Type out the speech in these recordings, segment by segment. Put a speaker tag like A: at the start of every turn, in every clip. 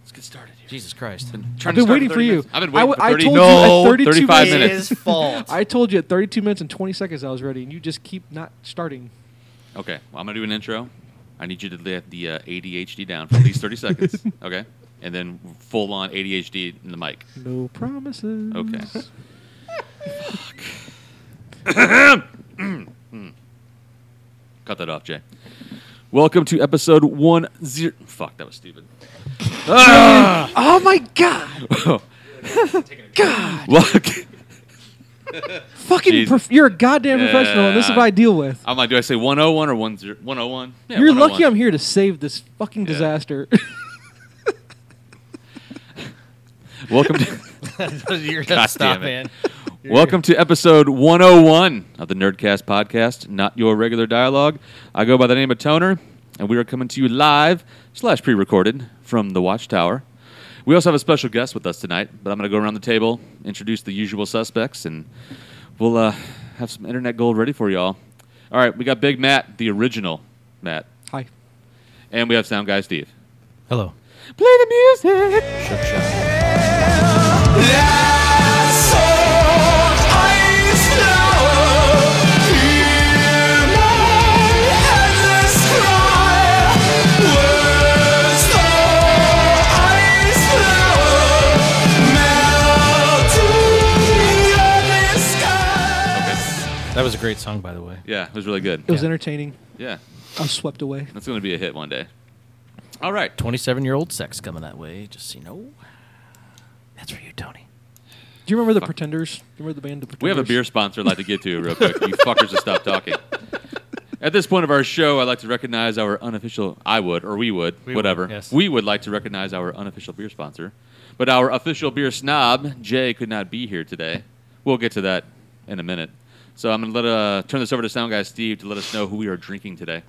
A: Let's get started here.
B: Jesus Christ.
A: Trying
C: I've
A: to
C: been
A: start
C: waiting
A: in
C: for
A: 30
C: you.
A: minutes. I've been waiting
C: I,
A: for
C: I
A: 30
C: told
B: No,
C: you at 32
B: 35
C: minutes.
B: minutes.
D: His fault.
C: I told you at 32 minutes and 20 seconds I was ready, and you just keep not starting.
A: Okay, well, I'm gonna do an intro. I need you to let the uh, ADHD down for at least 30 seconds. Okay, and then full on ADHD in the mic.
C: No promises.
A: Okay. Cut that off, Jay. Welcome to episode one zero. Fuck, that was stupid. Ah!
C: Oh my God! God,
A: Look,
C: fucking,
A: Jesus.
C: prof- you're a goddamn professional, and this is
A: Yeah.
C: what I deal with.
A: I'm like, Oh do I say 101 or 10 101? Yeah,
C: you're
A: 101.
C: lucky I'm here to save this fucking
A: Yeah.
C: disaster.
A: Welcome to.
D: You're
A: God
D: gonna stop,
A: damn it.
D: man.
A: Welcome to episode 101 of the Nerdcast podcast, not your regular dialogue. I go by the name of Toner, and we are coming to you live slash pre-recorded from the Watchtower. We also have a special guest with us tonight, but I'm going to go around the table, introduce the usual suspects, and we'll uh, have some internet gold ready for y'all. All right, we got Big Matt, the original Matt,
C: Hi.
A: and we have Sound Guy Steve.
B: Hello.
A: Play the music.
B: That was a great song, by the way.
A: Yeah, it was really good.
C: It was
B: Yeah.
C: entertaining.
A: Yeah,
C: I was swept away.
A: that's going to be a hit one day. All right.
B: 27 year old sex coming that way, just so you know. That's for you, Tony.
C: Do you remember the Pretenders? Do you remember the band? The Pretenders?
A: We have a beer sponsor I'd like to get to real quick. You fuckers just stop talking. At this point of our show, I'd like to recognize our unofficial, I would, or we would,
B: We would,
A: whatever.
B: yes.
A: We would like to recognize our unofficial beer sponsor. But our official beer snob, Jay, could not be here today. We'll get to that in a minute. So I'm going to let uh, turn this over to Sound Guy Steve to let us know who we are drinking today.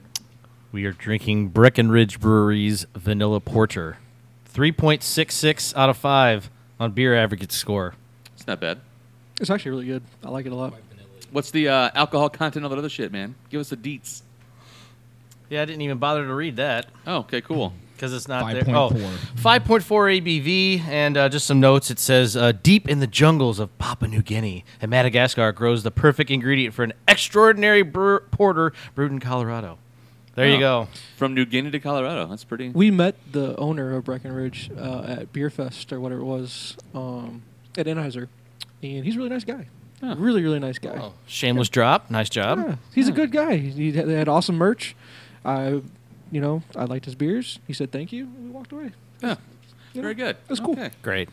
B: We are drinking Breckenridge Brewery's Vanilla Porter. 3.66 out of 5 on beer aggregate score.
A: It's not bad.
C: It's actually really good. I like it a lot.
A: What's the uh, alcohol content of that other shit, man? Give us the deets.
B: Yeah, I didn't even bother to read that
A: Oh, okay, cool.
B: because it's not there. Oh,
E: 5.4.
B: 5.4 ABV, and uh, just some notes. It says uh, deep in the jungles of Papua New Guinea and Madagascar grows the perfect ingredient for an extraordinary brew- porter brewed in Colorado. There
A: Oh.
B: you go.
A: From New Guinea to Colorado. That's pretty.
C: We met the owner of Breckenridge uh, at Beer Fest or whatever it was um, at Anheuser, and he's a really nice guy.
A: Huh.
C: Really, really nice guy.
B: Oh. Shameless drop. Nice job.
C: Yeah, Um, he's a good guy. He, he had, they had awesome merch. I, you know, I liked his beers. He said thank you. and We walked away.
A: Yeah.
C: Yeah.
A: Very good.
C: That's cool.
A: Okay.
B: Great.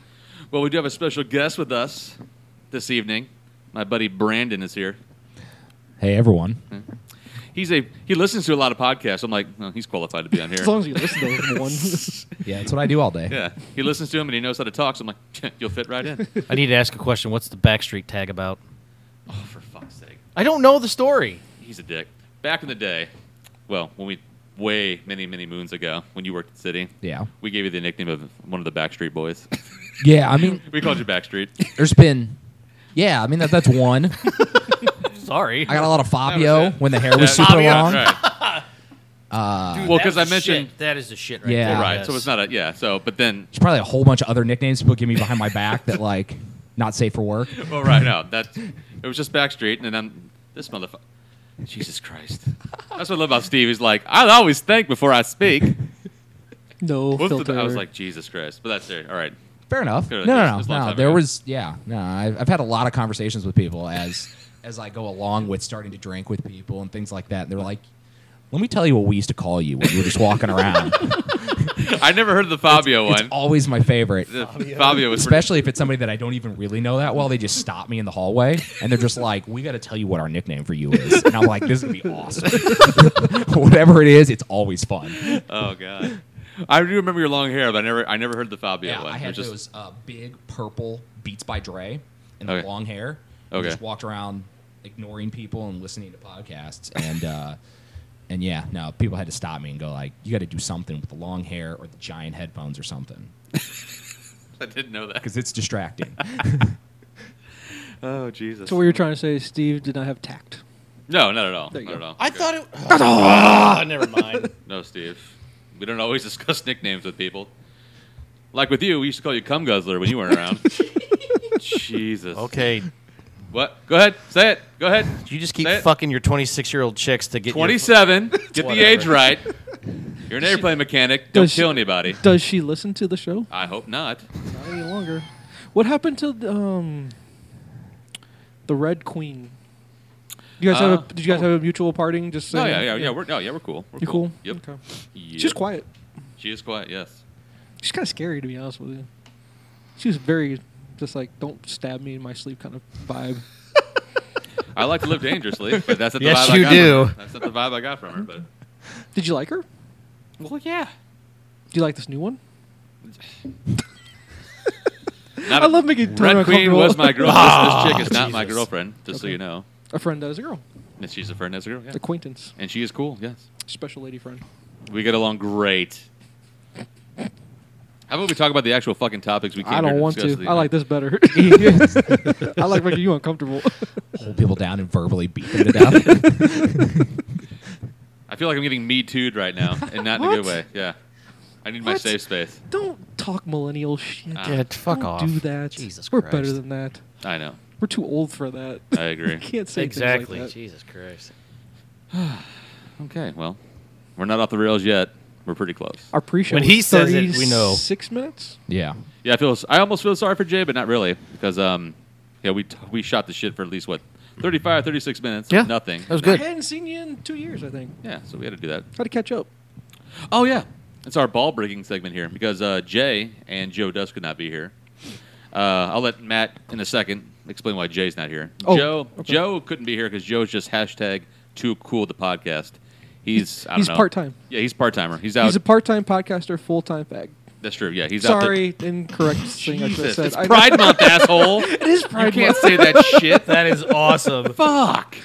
A: Well, we do have a special guest with us this evening. My buddy Brandon is here.
E: Hey everyone.
A: He's a he listens to a lot of podcasts. I'm like, well, he's qualified to be on here.
C: As long as you listen to one.
E: Yeah, that's what I do all day.
A: yeah, he listens to him and he knows how to talk. So I'm like, you'll fit right in.
B: I need to ask a question. What's the Backstreet tag about?
A: oh, for fuck's sake,
B: I don't know the story.
A: he's a dick. Back in the day, well, when we way many many moons ago, when you worked at City,
E: Yeah.
A: we gave you the nickname of one of the Backstreet Boys.
E: Yeah, I mean,
A: we called you Backstreet.
E: there's been. Yeah, I mean that, that's one.
B: Sorry.
E: I got a lot of
A: That
E: Fabio
A: was it.
E: when the hair was
A: Yeah,
E: super
A: yeah,
E: long.
A: right.
E: Uh,
A: Well, 'cause I mentioned-
B: that is the shit right
E: Yeah.
B: there.
E: Well,
A: right.
B: Yes.
A: So it's not a yeah. So but then
E: there's probably a whole bunch of other nicknames people give me behind my back that like not safe for work.
A: Well, right now that it was just Backstreet, and then this motherfucker. Jesus Christ! That's what I love about Steve. He's like, I'll always think before I speak.
C: no
A: Most of
C: filter.
A: the- I was like, Jesus Christ! But that's it. All right.
E: Fair enough.
A: Good,
E: No,
A: it's-
E: no,
A: it's a long
E: no. no
A: time
E: there
A: ago.
E: was yeah. No, I've, I've had a lot of conversations with people as as I go along with starting to drink with people and things like that. And they're like, "Let me tell you what we used to call you when you were just walking around."
A: I never heard of the Fabio
E: it's
A: one.
E: always my favorite.
A: The Fabio. was pretty-
E: Especially if it's somebody that I don't even really know that well, they just stop me in the hallway and they're just like, "We got to tell you what our nickname for you is," and I'm like, "This is gonna be awesome." Whatever it is, it's always fun.
A: Oh God. I do remember your long hair, but I never, I never heard the Fabio
E: Yeah,
A: one.
E: I
A: It
E: had
A: was just-
E: those uh, big purple Beats by Dre and
A: Okay.
E: the long hair.
A: Okay.
E: I just walked around ignoring people and listening to podcasts and. Uh, and yeah, no, people had to stop me and go like, "You got to do something with the long hair or the giant headphones or something,
A: I didn't know that.
E: because it's distracting."
A: Oh Jesus.
C: so what you're trying to say, is Steve did not have tact.
A: No, not at all.
C: There you
A: Not at
C: go.
A: all.
B: I
A: Okay.
B: thought it. Oh, never mind.
A: No, Steve. We don't always discuss nicknames with people. Like with you, we used to call you cum guzzler when you weren't around. Jesus.
B: Okay,
A: What? Go ahead. Say it. Go ahead.
B: you just keep
A: Say it.
B: fucking your 26 year old chicks to get your-
A: 27. Get the
B: Whatever.
A: age right. You're an airplane mechanic. Don't
C: Does she-
A: kill anybody.
C: Does she listen to the show?
A: I hope not.
C: Not any longer. What happened to the, um, the Red Queen? You guys
A: Uh,
C: have a, did you guys
A: oh.
C: have a mutual parting? Just
A: No,
C: saying?
A: yeah, yeah, yeah. We're, no, yeah, we're cool. We're
C: You cool?
A: Yep.
C: Okay.
A: Yep.
C: She's quiet.
A: She is quiet, yes.
C: She's kind of scary to be honest with you. She was very just like don't stab me in my sleep kind of vibe.
A: I like to live dangerously, but that's not the
B: Yes,
A: vibe
B: you
A: I got from
B: do.
A: her. That's not the vibe I got from her. But
C: Did you like her? Do
A: well, yeah.
C: you like this new one?
A: Not
C: I
A: a-
C: love making Tony
A: Red Queen
C: uncomfortable. Ah,
A: was my girlfriend. this, this chick is not my
B: Jesus.
A: girlfriend, just so
C: Okay.
A: you know.
C: A friend that is a girl,
A: And she's a friend as a girl, yeah.
C: acquaintance,
A: And she is cool, yes.
C: special lady friend.
A: We get along great. How about we talk about the actual fucking topics we came
C: I
A: here
C: don't want
A: discuss
C: to.
A: the-
C: I like this better. I like making you uncomfortable.
E: Hold people down and verbally beat them to death.
A: I feel like I'm getting me too'd right now, and not in a good way. Yeah, I need my
C: What?
A: safe space.
C: don't talk millennial shit.
A: Ah.
B: Yeah, fuck
C: don't
B: off.
C: Do that.
B: Jesus
C: We're
B: Christ.
C: better than that.
A: I know.
C: We're too old for that.
A: I agree.
C: we can't say
B: Exactly.
C: Things like that.
B: Jesus Christ.
A: Okay, well, we're not off the rails yet. We're pretty close.
C: Our pre-show.
B: When
C: was
B: he says it, we know.
C: Six minutes.
E: yeah.
A: Yeah, I feel. I almost feel sorry for Jay, but not really, because um, yeah, we t- we shot the shit for at least what 35, 36 minutes.
B: Yeah.
A: nothing.
B: That was good.
C: I hadn't seen you in two years. I think.
A: Yeah, so we had to do that.
C: How to catch up?
A: Oh yeah, it's our ball breaking segment here because uh, Jay and Joe Dusk could not be here. Uh, I'll let Matt in a second explain why Jay's not here.
C: Oh,
A: Joe
C: okay.
A: Joe couldn't be here because Joe's just hashtag too cool to podcast. He's I don't
C: He's
A: know.
C: part-time.
A: Yeah, he's part timer. He's out.
C: He's a part-time podcaster, full-time fag.
A: That's true. Yeah, he's out.
C: Sorry, incorrect thing I should have
A: Jesus,
C: said.
A: it's
C: I know.
A: Pride Month, asshole.
C: It is Pride
A: you can't
C: Month.
A: say that shit.
B: That is awesome.
A: Fuck.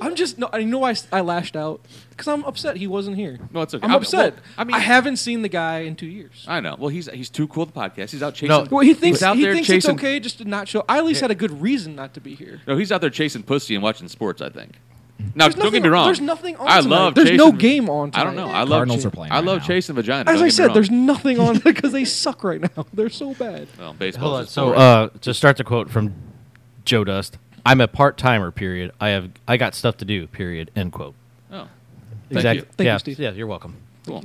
C: I'm just no. I know I, s- I lashed out because I'm upset he wasn't here.
A: No, it's okay.
C: I'm
A: I-
C: upset.
A: well,
C: I
A: I mean- Uh,
C: mean, I haven't seen the guy in two years.
A: I know. Well, he's he's too cool to podcast. He's out chasing.
B: No.
C: Well, he thinks
A: he's out
C: he
A: there
C: thinks
A: chasing.
C: it's okay just to not show. I at least had a good reason not to be here.
A: No, he's out there chasing pussy and watching sports. I think. Now,
C: Mm.
A: don't
C: There's
A: get
C: nothing-
A: me wrong.
C: There's nothing on.
A: I
C: tonight.
A: love.
C: There's
A: chasing,
C: no game on. Tonight.
A: I don't know. I love.
E: Cardinals
A: cha-
E: are playing
A: I
E: right
A: love
E: now.
A: chasing vagina.
C: As
A: don't
C: I
A: get me
C: said,
A: wrong.
C: there's nothing on because they suck right now. They're so bad.
A: Well, baseball.
B: Hold on. So, uh, to start the quote from Joe Dust, I'm a part timer. Period. I have I got stuff to do. Period. End quote.
A: oh,
C: Thank you.
B: Exactly.
C: Thank
B: yeah.
C: you, Steve.
B: Yeah. You're welcome.
A: cool.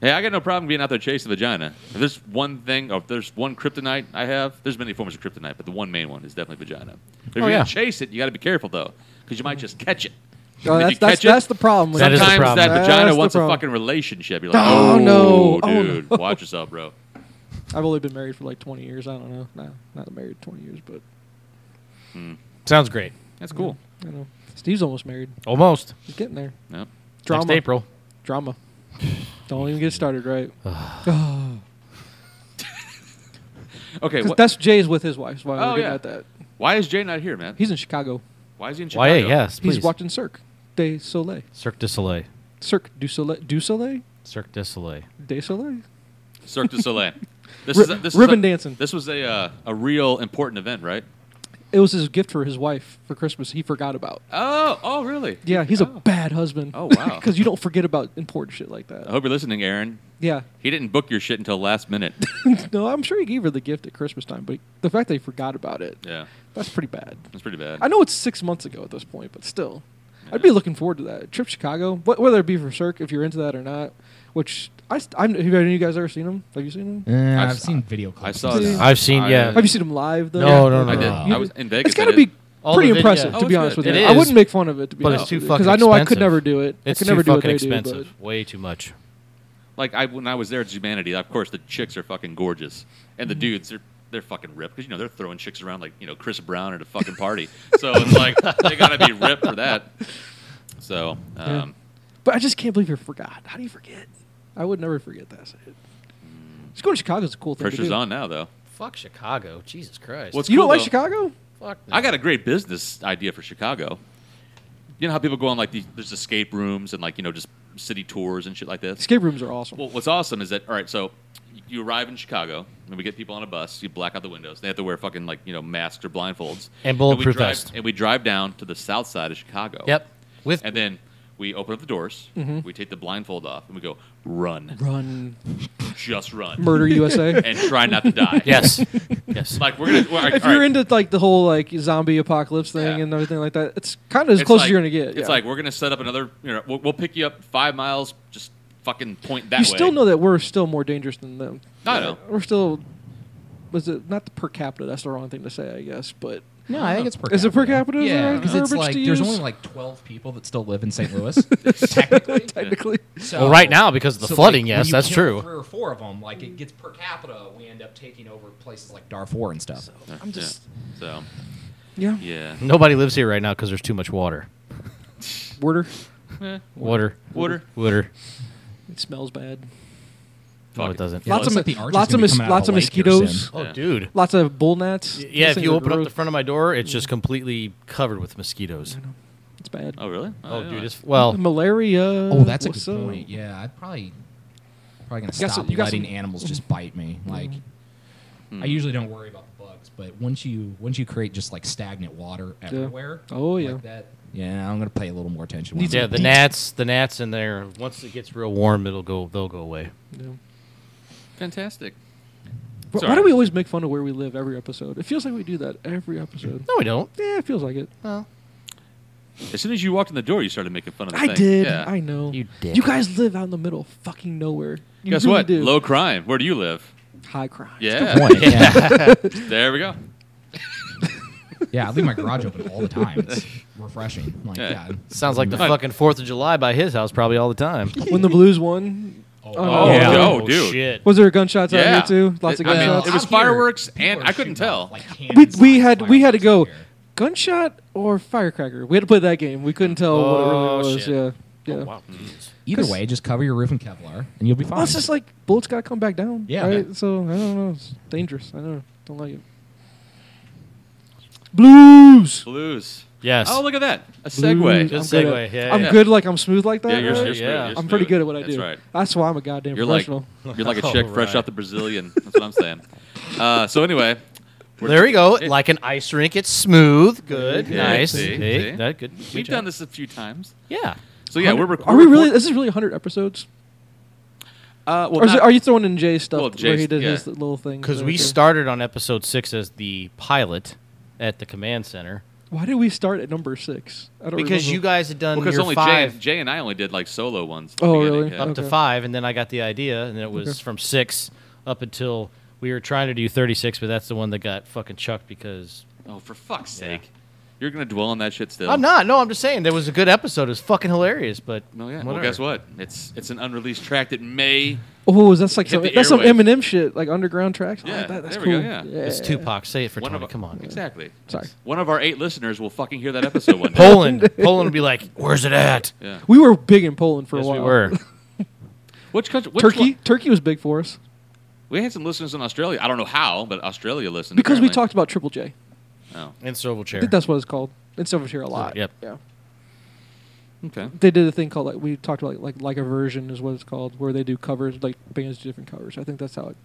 A: Hey, I got no problem being out there chasing vagina. If there's one thing, or if there's one kryptonite I have, there's many forms of kryptonite, but the one main one is definitely vagina. If you're
B: yeah.
A: gonna chase it, you got to be careful though, because you might just catch it.
C: Oh,
A: And if you
C: that's, that's,
A: catch it,
C: that's the problem.
B: That
A: Sometimes
B: is the
A: that
B: problem.
A: vagina
C: That's the
A: wants a
C: problem.
A: fucking relationship. You're like,
C: Oh,
A: oh,
C: no. Oh,
A: dude, watch yourself, bro.
C: I've only been married for like 20 years. I don't know. No, not married 20 years, but
B: Sounds great.
A: That's cool.
C: I know. Steve's almost married.
B: Almost.
C: He's getting there.
A: No,
C: Drama.
B: Next April.
C: Drama. Don't even get started, right?
A: okay.
C: 'Cause
A: What,
C: that's Jay's with his wife. That's why
A: Oh,
C: we're getting
A: yeah.
C: at that.
A: why is Jay not here, man?
C: He's in Chicago.
A: why is he in Chicago?
B: Why? Yes. Please.
C: He's watching Cirque de Soleil.
B: Cirque du Soleil.
C: Cirque du Soleil. Du Soleil?
B: Cirque du Soleil.
C: De Soleil?
A: Cirque du Soleil. This
C: Ri-
A: is a, this
C: ribbon
A: is a,
C: dancing.
A: This was a uh, a real important event, right?
C: It was his gift for his wife for Christmas. He forgot about.
A: Oh, oh, really?
C: Yeah, he's
A: Oh.
C: a bad husband.
A: Oh, wow. Oh.
C: Because you don't forget about important shit like
A: I
C: that.
A: hope you're listening, Aaron.
C: Yeah.
A: He didn't book your shit until last minute.
C: no, I'm sure he gave her the gift at Christmas time, but the fact that he forgot about it,
A: yeah,
C: that's pretty bad.
A: that's pretty bad.
C: I know it's six months ago at this point, but still, I'd be looking forward to that trip. to Chicago, wh- whether it be for Cirque, if you're into that or not. Which I, st- I'm, have any of you guys ever seen him? Have you seen him?
E: Eh, I've,
A: I've-
E: seen video
A: I
E: clips.
A: saw.
C: See?
A: it.
B: I've seen-
A: I-
B: yeah.
C: Have you seen him live? Though?
B: No, no, no,
A: I did.
B: no.
A: I was in Vegas.
C: It's got
A: I
C: to
A: did.
C: be
B: All
C: pretty
B: the vid-
C: impressive,
B: yeah.
A: Oh,
C: to
A: it's
C: be honest
A: good.
C: with
B: It
C: you. I
B: is.
C: wouldn't make fun of it, to be
B: But
C: honest
B: it's too
C: with you,
B: fucking
C: I know I could
B: expensive.
C: never do it.
B: It's
C: I could
B: too
C: never do what
B: fucking
C: they
B: expensive.
C: do.
B: Way too much.
A: Like I when I was there at Humanity, of course the chicks are fucking gorgeous, and
C: Mm-hmm.
A: the dudes they're they're fucking ripped because you know they're throwing chicks around like you know Chris Brown at a fucking party. so it's like they gotta be ripped for that. So um,
C: But, but I just can't believe you forgot. How do you forget? I would never forget that. shit. Just going to Chicago is a cool thing.
A: Mm.
C: to
A: pressure's
C: do.
A: on now though.
B: Fuck Chicago. Jesus Christ.
A: What's- It's
C: you
A: cool,
C: don't like
A: though.
C: Chicago?
B: Fuck
A: I got a great business idea for Chicago. You know how people go on like these, there's escape rooms and like you know just city tours and shit like this.
C: Escape rooms are awesome.
A: Well, what's awesome is that all right, so you arrive in Chicago, and we get people on a bus. You black out the windows. They have to wear fucking like you know masks or blindfolds
B: And bulletproof
A: we drive,
B: vest.
A: And we drive down to the south side of Chicago.
B: Yep. Mm-hmm. With
A: And then we open up the doors, we take the blindfold off, and we go run,
C: Run,
A: just run,
C: murder USA.
A: and try not to die.
B: Yes. yes.
A: like we're gonna. We're,
C: if
A: all
C: you're
A: right,
C: into like the whole like zombie apocalypse thing
A: Yeah.
C: and everything like that, it's kind of as
A: it's
C: close
A: like-
C: as you're gonna get.
A: It's
C: yeah.
A: like we're gonna set up another. You know, we'll, we'll pick you up five miles. Just fucking point that
C: you
A: way.
C: still know that we're still more dangerous than them.
A: I know.
C: We're still. Was it not the per capita? That's the wrong thing to say, I guess. But
E: No, I think it's per
C: Is it per capita? Is
E: Yeah,
C: that
E: because it's
C: verbiage
E: like
C: to
E: there's
C: use?
E: only like 12 people that still live in St. Louis, technically.
C: technically,
E: So,
B: well, right now because of the
E: so, like,
B: flooding,
E: when
B: yes,
E: you
B: that's
E: kill
B: true.
E: Three or four of them, like it gets per capita. We end up taking over places like Darfur and stuff.
C: I'm just
A: So
C: yeah.
A: yeah,
B: Nobody lives here right now because there's too much water.
C: Worder,
B: Water.
A: water.
B: Water.
C: it smells bad.
B: No,
A: Fuck
B: it doesn't.
A: Yeah,
E: It
C: Lots of
E: looks like
C: mis-
E: the arch is
C: lots of
E: gonna be
C: mis-
E: coming out
C: lots
E: a
C: of
E: lake here
C: mosquitoes.
E: soon.
B: Oh,
A: Yeah.
B: dude.
C: Lots of bull gnats.
B: Yeah,
C: Those
B: if
C: things
B: you
C: are
B: open up the
C: gross.
B: front of my door, it's just completely covered with mosquitoes.
C: it's bad.
A: Oh really? I
B: Oh,
A: didn't
B: dude,
A: know
B: it's well.
C: Malaria.
E: Oh, that's a
C: what's
E: good
C: up?
E: point. Yeah, I'd probably probably gonna
C: You got
E: stop
C: some- you got
E: letting
C: some- Mm-hmm.
E: animals just bite me. Like, I usually don't worry about the bugs, but once you once you create just like stagnant water everywhere,
C: Oh, yeah.
E: like that, yeah, I'm gonna pay a little more attention. when
C: Needs
E: I'm
B: Yeah, the
E: deep.
B: gnats, the gnats in there. Once it gets real warm, it'll go. They'll go away.
C: Yeah.
A: that. fantastic.
C: Why- Why
A: Sorry.
C: do we always make fun of where we live every episode? It feels like we do that every episode.
B: No, we don't.
C: Yeah, it feels like it.
B: Well,
A: As soon as you walked in the door, you started making fun of the
C: I
A: thing.
C: did.
A: Yeah.
C: I know.
B: You did.
C: You guys live out in the middle, of fucking nowhere. You
A: Guess
C: really
A: what?
C: Do.
A: Low crime. Where do you live?
C: high crime.
A: Yeah.
E: Point, yeah.
A: There we go.
E: yeah, I leave my garage open all the time. It's refreshing. Like,
A: Yeah.
E: yeah.
B: sounds like the
A: Right.
B: fucking Fourth of July by his house probably all the time.
C: when the Blues won,
E: Oh,
A: Oh,
C: yeah.
A: no, dude.
B: Shit.
C: was there gunshots
A: yeah.
C: out here too? Lots of
A: I mean,
C: gunshots.
A: it was
E: out here,
A: fireworks
E: people
A: and-
E: are
A: I couldn't
E: shooting
A: tell.
E: off, like,
C: we
E: hand-sized
C: we had we had to go
E: fireworks out here.
C: gunshot or firecracker. We had to play that game. We couldn't tell what it
B: Oh,
C: really was.
B: shit.
C: Yeah, yeah.
B: Oh, wow. Jeez.
E: Either
C: 'Cause-
E: way, just cover your roof in Kevlar and you'll be fine.
C: Well, it's just like bullets got to come back down.
E: Yeah.
C: right? So I don't know. It's dangerous. I don't don't like it. Blues.
A: Blues.
B: Yes.
A: Oh, look at that. A
C: Blues.
A: segue.
B: Good
C: Mm, I'm good
B: segue,
C: at-
B: yeah,
C: I'm
A: yeah.
C: good. Like I'm smooth like that.
A: Yeah, you're,
C: right?
A: you're smooth,
B: Yeah.
A: you're
C: I'm pretty
A: smooth.
C: good at what I
A: That's
C: do.
A: right.
C: That's why I'm a goddamn
A: You're like
C: professional.
A: you're like a
B: All
A: chick fresh
B: right.
A: out the Brazilian. That's what I'm saying. Uh, so anyway, we're-
B: There we go.
A: It-
B: Like an ice rink, it's smooth. Good.
A: Yeah,
B: nice.
A: see,
B: Hey,
A: see.
B: That good. good
A: we've
B: job.
A: done this a few times.
B: Yeah.
A: So yeah, we're recording.
C: Are we really? Is this really 100 episodes?
A: Uh, well,
C: or is it,
A: not-
C: are you throwing in Jay stuff
A: Well,
C: where
A: Jay's-
C: he did
A: yeah.
C: his little thing?
B: Because
C: there,
B: we
C: too?
B: started on episode six as the pilot at the command center.
C: Why did we start at number six? I don't
B: Because
C: remember.
B: you guys had done
A: because
B: your
A: only Jay,
B: five
A: and, Jay and I only did like solo ones. at the
C: Oh,
A: beginning,
C: really?
A: yeah.
B: up to
C: Okay.
B: five, and then I got the idea, and then it was
C: Okay.
B: from six up until we were trying to do 36, but that's the one that got fucking chucked because.
A: Oh, for fuck's
B: Yeah.
A: sake! You're gonna dwell on that shit still.
B: I'm not. No, I'm just saying there was a good episode. It was fucking hilarious, but
A: No, yeah. Well,
B: whatever.
A: guess what? It's it's an unreleased track that may.
C: Oh, that's like
A: Hit
C: some,
A: the
C: that's some
A: airwaves.
C: Eminem shit, like underground tracks.
A: Yeah,
C: oh, that, that's
A: there we
C: cool.
A: go, yeah.
B: It's Tupac. Say it for
A: one
B: Tony.
A: of our-
B: Come on.
A: Exactly.
C: Sorry.
A: One of our eight listeners will fucking hear that episode one day.
B: Poland. Poland would be like, where's it at?
A: yeah.
C: We were big in Poland for
B: yes,
C: a while.
B: we were.
A: Which country? Which
C: Turkey,
A: one-
C: Turkey was big for us
A: We had some listeners in Australia. I don't know how, but Australia listened.
C: because we
A: apparently.
C: talked about Triple J. I
A: Oh,
B: In swivel chair.
C: think that's what it's called. It's over here a lot.
B: Yep.
C: Yeah.
A: okay.
C: They did a thing called like we talked about like like, like a version is what it's called where they do covers like bands do different covers. I think that's how it.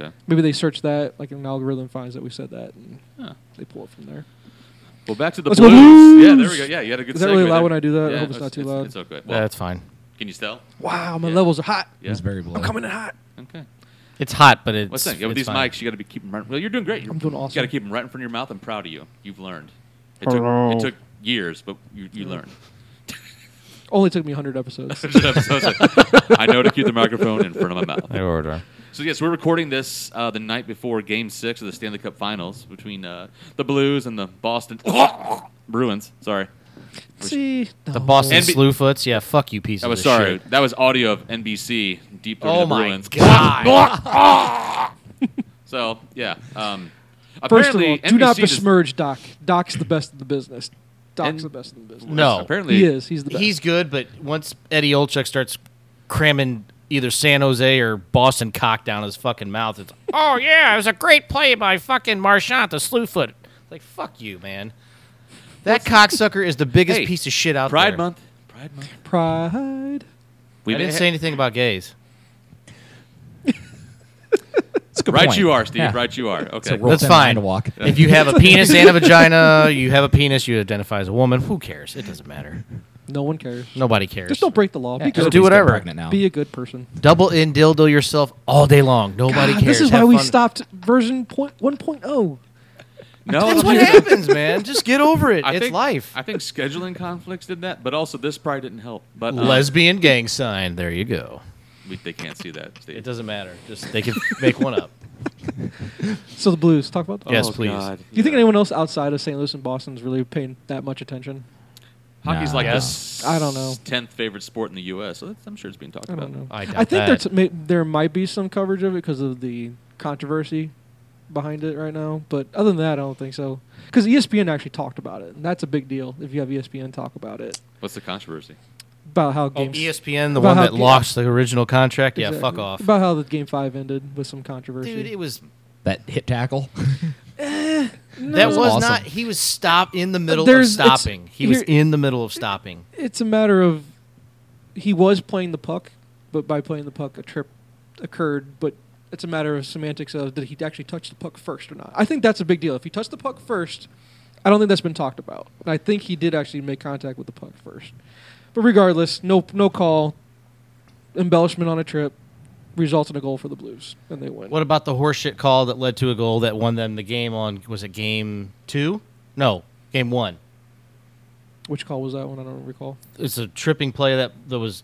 A: Okay.
C: Maybe they search that like an algorithm finds that we said that and
A: Huh.
C: they pull it from there.
A: Well, back to the
C: Let's go
A: blues.
C: Blues!
A: Yeah, there we go. Yeah, you had a good.
C: Is that really
A: segue
C: loud
A: there.
C: when I do that? I
A: Yeah,
C: hope it's not too loud.
A: It's okay. Well,
B: That's fine.
A: can you tell?
C: Wow, my
A: Yeah.
C: levels are hot.
A: Yeah.
E: It's very blow.
C: I'm coming in hot.
A: Okay.
B: It's hot, but it's.
A: What's that? Yeah, with
B: it's
A: these
B: fine.
A: mics, you got to be keeping right. Well, you're doing great. You're,
C: I'm doing
A: You got
C: awesome.
A: to keep them right in front of your mouth. I'm proud of you. You've learned. It took,
C: Hello.
A: it took years, but you, you learned.
C: Only took me 100 episodes.
A: So it's like, I know to keep the microphone in front of my mouth.
B: I order.
A: So yes, we're recording this uh, the night before Game Six of the Stanley Cup Finals between uh, the Blues and the Boston Bruins. Sorry,
C: See,
B: The Boston
A: NB
B: Slewfoots. Yeah, fuck you, piece
A: Oh. that
B: of
A: was
B: shit.
A: sorry. That was audio of NBC deep during
B: Oh
A: the
B: my
A: Bruins.
B: god.
A: So yeah, um,
C: First of all,
A: apparently
C: do not
A: NBC does-
C: besmirch Doc. Doc's the best in the business. Doc's
A: And-
C: the best in the business.
B: No.
A: apparently
C: He is. He's the best.
B: He's good, but once Eddie Olchuk starts cramming either San Jose or Boston cock down his fucking mouth, it's oh yeah, it was a great play by fucking Marchant, the slewfoot. It's like fuck you, man. That cocksucker is the biggest
A: Hey,
B: piece of shit out
A: Pride
B: there.
A: Month. Pride Month.
C: pride.
A: We
B: I didn't say anything about gays.
E: It's a good
A: Right,
E: point.
A: you are, Steve.
E: Yeah.
A: Right, you are.
E: It's a
A: Okay.
E: real
B: That's
E: thin line
B: fine.
E: to walk.
B: If you have a penis and a vagina, you have a penis. You identify as a woman. Who cares? It doesn't matter.
C: No one cares.
B: Nobody cares.
C: Just don't break the law.
E: Yeah,
C: Be
E: everybody's
C: good.
B: do
E: been
B: whatever.
E: Pregnant now.
C: Be a good person.
B: Double in dildo yourself all day long. Nobody
C: God,
B: cares.
C: This is
B: Have
C: why we
B: fun.
C: stopped version point oh. 1.0.
A: No,
B: That's what happens, man. Just get over it.
A: I
B: it's
A: think,
B: life.
A: I think scheduling conflicts did that, but also this probably didn't help. But um,
B: Lesbian gang sign. There you go.
A: we, they can't see that. Steve.
B: It doesn't matter. Just they can make one up.
C: So the Blues. Talk about that.
A: Oh,
B: Yes, please.
A: God.
B: Do
C: Do you think
A: Yeah.
C: anyone else outside of St. Louis and Boston's really paying that much attention?
A: Hockey's
E: Nah.
A: like
B: Yes.
A: the
C: I don't know.
A: tenth favorite sport in the U.S. So that's, I'm sure it's being talked
C: I
A: about.
C: don't know.
B: I doubt
C: think
B: that.
C: there's ma- there might be some coverage of it because of the controversy behind it right now. But other than that, I don't think so. E Because ESPN actually talked about it, and that's a big deal. If you have E ESPN talk about it,
A: What's the controversy?
C: about how
B: Oh,
C: games
B: ESPN, the
C: About
B: one
C: how
B: that
C: ga-
B: lost the original contract. Yeah,
C: Exactly.
B: fuck off.
C: about how the game five ended with some controversy.
B: Dude, it was
E: that hip tackle.
B: that was
E: Awesome.
B: not. He was stopped in the middle
C: There's-
B: of
C: it's-
B: stopping. He was
C: here-
B: in the middle of stopping.
C: it's a matter of he was playing the puck, but by playing the puck, a trip occurred. But it's a matter of semantics of did he actually touch the puck first or not? I think that's a big deal. If he touched the puck first, I don't think that's been talked about. And I think he did actually make contact with the puck first. But regardless, no no call, embellishment on a trip results in a goal for the Blues, and they win.
B: What about the horseshit call that led to a goal that won them the game on was it game two? No, game one.
C: Which call was that one? I don't recall.
B: It's a tripping play that that was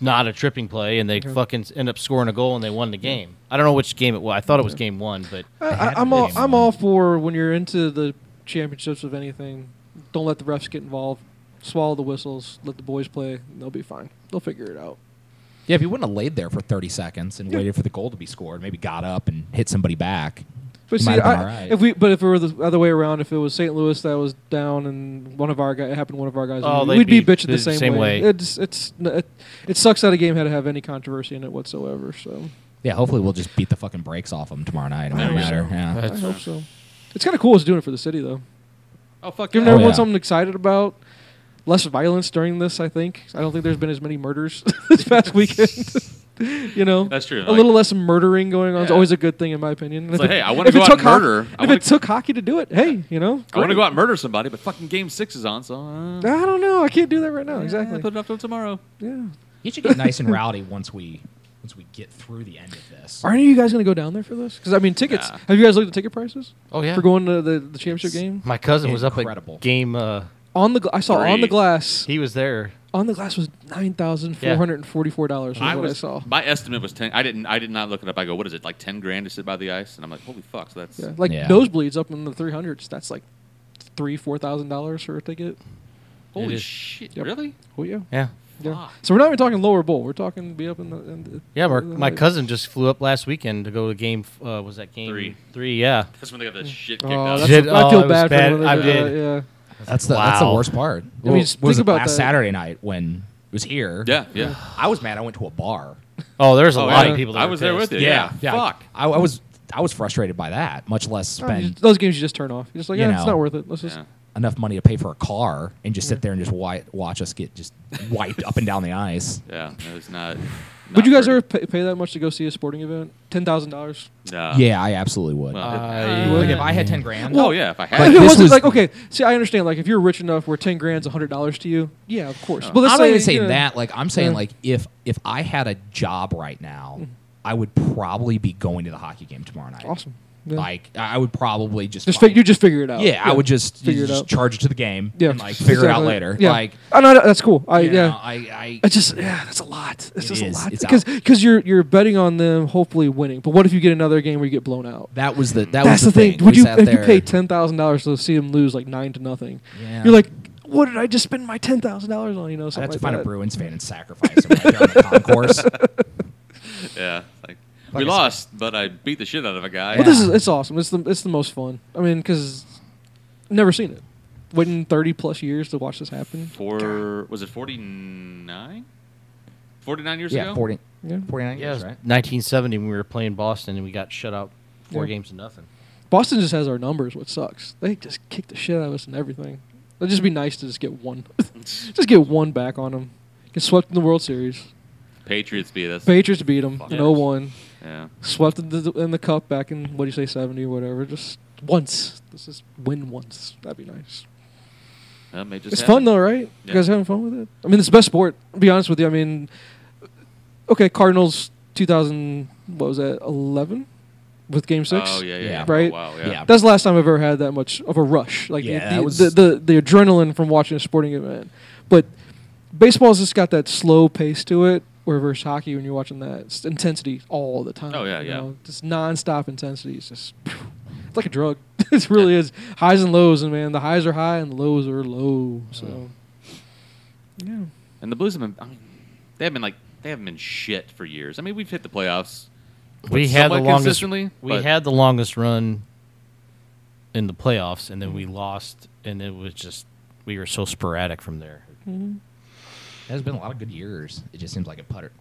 B: not a tripping play, and they
C: Okay.
B: fucking end up scoring a goal and they won the game. I don't know which game it was. I thought it was game one, but
C: I,
E: They
C: I,
E: had
C: I'm
E: to
C: all
E: be
C: I'm
E: one.
C: all for when you're into the championships of anything. Don't let the refs get involved. Swallow the whistles. Let the boys play. and They'll be fine. They'll figure it out.
E: Yeah, if he wouldn't have laid there for 30 seconds and waited for the goal to be scored, maybe got up and hit somebody back.
C: But
E: he
C: see,
E: might have been
C: I,
E: all right.
C: if we but if it were the other way around, if it was St. Louis that was down and one of our guys it happened, to one of our guys,
B: Oh,
C: we'd,
B: they'd
C: be
B: be
C: bitching the same, way. It's it's n- it, it sucks that a game had to have any controversy in it whatsoever. So
E: yeah, hopefully we'll just beat the fucking brakes off him tomorrow night. It
A: Yeah.
E: won't matter. Yeah.
C: I hope so. It's kind of cool. It's doing it for the city though.
A: Oh fuck!
C: Giving
E: Oh,
C: everyone
E: yeah.
C: something excited about. Less violence during this, I think. I don't think there's been as many murders this past weekend. you know,
A: That's true.
C: A
A: Like-
C: little less murdering going on is
A: Yeah.
C: always a good thing, in my opinion.
A: It's
C: And if
A: like,
C: it-
A: hey, I wanna
C: if it
A: go out
C: took
A: and murder.
C: Hockey,
A: I
C: if
A: wanna-
C: it took hockey to do it, hey, you know,
A: I want to
C: great.
A: go out and murder somebody, but fucking Game Six is on, so uh,
C: I don't know. I can't do that right now.
A: yeah,
C: exactly.
A: Put it up till tomorrow.
C: yeah.
E: It should get nice and rowdy once we once we get through the end of this.
C: Are any of you guys going to go down there for this? Because I mean, tickets.
A: Nah.
C: Have you guys looked at ticket prices
B: oh yeah,
C: for going to the, the championship game?
B: my cousin was up
E: Incredible.
B: at game. Uh,
C: On the gl- I saw on
A: Three.
C: the glass.
B: he was there.
C: On the glass was nine thousand four hundred and forty-four dollars.
A: I
C: what
A: was
C: I saw.
A: my estimate was ten. I didn't. I did not look it up. I go, what is it? Like ten grand to sit by the ice, and I'm like, holy fuck! So that's
C: Yeah, like
E: Yeah.
C: nosebleeds up in the three hundreds. That's like three, four thousand dollars for a ticket.
A: holy
B: It is.
A: shit!
C: Yep.
A: Really?
C: Oh yeah.
B: Yeah.
C: Yeah.
A: Fuck.
C: So we're not even talking lower bowl. We're talking be up in the. In the
B: Yeah, my,
C: in the
B: my
C: high-
B: cousin just flew up last weekend to go to game. f- Uh, was that game
A: Three.
B: Three, yeah.
A: That's when they got that shit kicked
C: Oh,
A: out.
C: that's,
B: Did-
C: I
B: oh,
C: feel
B: it was
C: bad,
B: bad.
C: for them.
B: I
C: Yeah,
B: did.
C: Yeah.
E: That's the that's the
B: Wow.
E: worst part.
C: I mean, just
E: what was
C: think
E: it,
C: about
E: last
C: that.
E: Saturday night when it was here.
A: yeah, yeah.
E: I was mad. I went to a bar.
B: Oh, there's a
A: Oh,
B: lot
A: yeah.
B: of people. That
A: I
B: were
A: was there
B: pissed.
A: with you. Yeah. Fuck.
E: I, I was I was frustrated by that. Much less
C: Oh, you
E: spend
C: just- those games you just turn off. You're just like,
E: You
C: yeah, it's
E: know.
C: not worth it. Let's just.
A: Yeah.
E: enough money to pay for a car and just sit there and just wi- watch us get just wiped up and down the ice.
A: Yeah, it was not. not
C: Would you guys
A: pretty.
C: ever pay, pay that much to go see a sporting event? Ten thousand dollars.
A: No.
E: Yeah, I absolutely would.
A: Well,
B: I-
E: Uh, like if I had ten grand,
A: oh yeah, if I had.
E: Like
C: if it
E: this
C: wasn't
E: was-
C: like okay, see, I understand. Like if you're rich enough, where ten grand's hundred dollars to you, yeah, of course.
A: Oh.
C: But let's
E: I'm
C: say,
E: not even saying
C: you know,
E: that. Like I'm saying,
C: Yeah. Mm-hmm.
E: like if if I had a job right now, I would probably be going to the hockey game tomorrow night.
C: Awesome. Yeah.
E: Like I I would probably just
C: Just
E: find-
C: fig- you just figure it out.
E: yeah, I would just,
C: Figure it
E: just
C: out.
E: charge it to the game
C: yeah,
E: and like figure it out
C: exactly.
E: later.
C: Yeah.
E: Like
C: I know that's cool. I
E: you
C: yeah.
E: know, I, I
C: It's just yeah, that's a lot. It's
E: It
C: just
E: is.
C: a lot
E: It's
C: because
E: out.
C: because you're you're betting on them hopefully winning. But what if you get another game where you get blown out?
E: that was the that
C: that's the
E: was
C: thing.
E: We
C: Would you
E: sat
C: if you
E: there-
C: pay ten thousand dollars to see them lose like nine to nothing?
E: Yeah.
C: You're like, what did I just spend my ten thousand dollars on? You know,
E: I'd
C: something
E: have to
C: like
E: find
C: that.
E: a Bruins fan and sacrifice him right there on the concourse.
A: Yeah. Like,
E: Like I
A: we
E: said.
A: lost, but I beat the shit out of a guy.
C: Well,
E: Yeah.
C: this is it's awesome. It's the it's the most fun. I mean, because never seen it. Waiting thirty plus years to watch this happen.
A: Four was it forty nine? Forty nine years
E: yeah,
A: ago.
E: 40,
C: Yeah.
E: 49
B: Yeah, it was
E: years, right?
B: 1970 when we were playing Boston and we got shut out four
C: Yeah.
B: games to nothing.
C: Boston just has our numbers. What sucks? They just kick the shit out of us and everything. It'd just be nice to just get one, just get one back on them. Get swept in the World Series.
A: Patriots beat us.
C: Patriots beat them
A: Fuck
C: in
A: yeah.
C: 01.
A: yeah.
C: Swept in the, in the cup back in what do you say, 70 or whatever. Just once. Let's just win once. That'd be nice.
A: That may just
C: It's
A: happen.
C: fun though, right?
A: Yeah.
C: You guys having fun with it? I mean, it's the best sport. To be honest with you, I mean, okay, Cardinals 2000. What was that? 11 with Game Six.
A: Oh yeah, yeah,
E: Yeah.
A: yeah.
C: Right?
A: Oh, wow, yeah.
E: Yeah.
C: That's the last time I've ever had that much of a rush, like
E: Yeah,
C: the,
E: that
C: the,
E: was-
C: the, the the adrenaline from watching a sporting event. But baseball's just got that slow pace to it. Where versus hockey, when you're watching that it's intensity all the time.
A: Oh, yeah,
C: you
A: yeah.
C: Know? Just nonstop intensity. It's just it's like a drug. it really is highs and lows, and man, the highs are high and the lows are low. So yeah,
A: And the Blues have been. I mean, they have been like they haven't been shit for years. I mean, we've hit the playoffs.
B: We
A: what,
B: had the
A: somewhat
B: longest.
A: consistently.
B: We
A: but-
B: had the longest run in the playoffs, and then we lost, and it was just we were so sporadic from there.
E: There's been a lot of good years. It just seems like it puttered.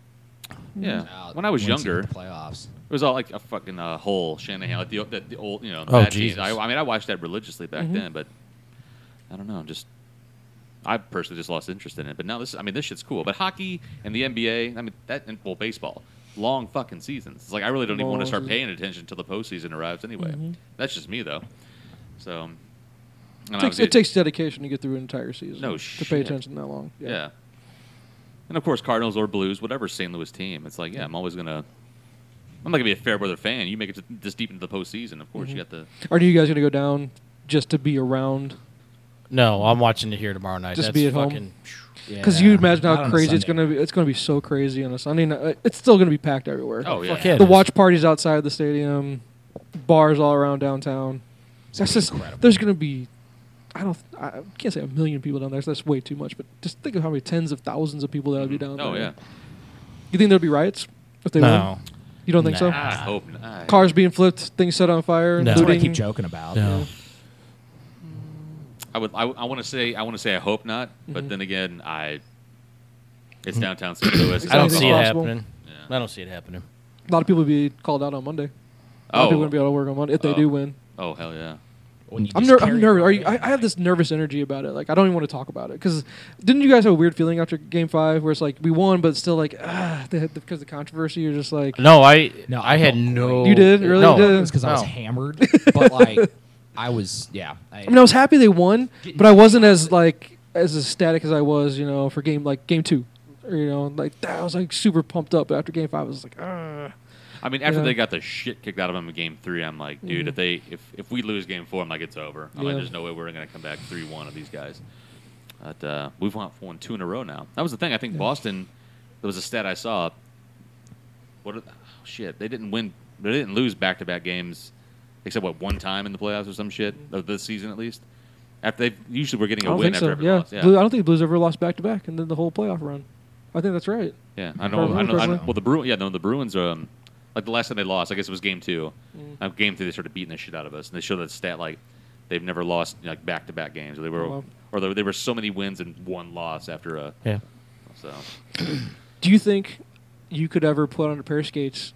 A: Yeah.
E: out
A: When I was
E: Mm. once you
A: younger,
E: hit the playoffs.
A: It was all like a fucking uh, whole Shanahan, like the, the, the old, you know,
B: Oh,
A: bad teams.
B: Jesus.
A: I, I mean, I watched that religiously back then, but I don't know. I'm just, I personally just lost interest in it. But now this, I mean, this shit's cool. But hockey and the NBA, I mean, that and well, baseball, long fucking seasons. It's like I really don't even want to
C: Long
A: start
C: season.
A: paying attention until the postseason arrives anyway. That's just me though. So, and
C: it takes,
A: obviously-
C: it takes dedication to get through an entire season.
A: No
C: to
A: shit.
C: pay attention that long.
A: yeah. And of course, Cardinals or Blues, whatever St. Louis team. It's like, yeah, I'm always gonna. I'm not gonna be a fair weather fan. You make it to, this deep into the postseason, of course, you got the.
C: Are you guys gonna go down just to be around?
B: No, I'm watching it here tomorrow night.
C: Just
B: That's
C: be at home.
B: fucking,
C: Because you imagine how crazy it's gonna be. It's gonna be so crazy on a Sunday night. It's still gonna be packed everywhere.
A: Oh yeah.
B: Fuck yeah.
C: the watch parties outside the stadium, bars all around downtown. That's just there's gonna be. I don't. I I can't say a million people down there. So that's way too much. But just think of how many tens of thousands of people that would be down there.
A: Oh yeah.
C: You think there'd be riots if they
B: No,
C: win? You don't think so?
B: Nah.
A: I hope not.
C: Cars being flipped, things set on fire,
B: No.
E: That's what I
C: including
E: keep joking about.
B: no.
A: I would. I, want to say. I want to say. I hope not.
C: Mm-hmm.
A: But then again, I. It's downtown St. Louis.
B: I don't
C: Anything
B: see it
C: possible.
B: happening.
A: Yeah.
B: I don't see it happening.
C: a lot of people would be called out on Monday. A lot of people
A: Oh.
C: wouldn't be able to work on Monday if they
A: Oh.
C: do win.
A: oh hell yeah.
E: When you
C: I'm,
E: just
C: ner-
E: carry
C: I'm
E: it
C: nervous.
E: around.
C: Are you, I, I have this nervous energy about it. Like I don't even want to talk about it because didn't you guys have a weird feeling after Game Five where it's like we won, but it's still like ah, the, because the controversy, you're just like
B: No, I
E: No,
B: I
E: I
B: had
E: felt great.
B: no.
C: You did? Really
B: No,
C: did?
E: It's because I was
B: No.
E: hammered, but like I was, yeah.
C: I mean, I was happy they won, but I wasn't as like as ecstatic as I was, you know, for game like Game Two, Or, you know, like that, I was like super pumped up. But after Game Five, I was like ah,
A: I mean, after
C: Yeah. Mm-hmm.
A: they got the shit kicked out of them in Game Three, I'm like, dude, if they if, if we lose Game Four, I'm like, it's over. I'm like,
C: Yeah.
A: there's no way we're gonna come back three one of these guys. But uh, we've won, won two in a row now. That was the thing. I think Boston. There was a stat I saw. What? Are, oh, shit, they didn't win. They didn't lose back to back games, except what one time in the playoffs or some shit of this season at least. After they usually were getting
C: Mm-hmm.
A: a
C: I don't
A: win
C: think
A: after
C: so.
A: every
C: Yeah,
A: loss. Yeah,
C: Blue, I don't think the Blues ever lost back to back, and then the whole playoff run. I think that's right.
A: Yeah, I know.
C: Or
A: I know, I know.
C: Brooklyn.
A: Well, the Bruins. Yeah, no, the Bruins. Um, like the last time they lost, I guess it was game two.
C: Mm.
A: Uh, game three, they started beating the shit out of us, and they showed that stat like they've never lost like back to back games. Or they were,
C: Oh, wow.
A: or there, there were so many wins and one loss after a.
B: Yeah.
A: So
C: Do you think you could ever put on a pair of skates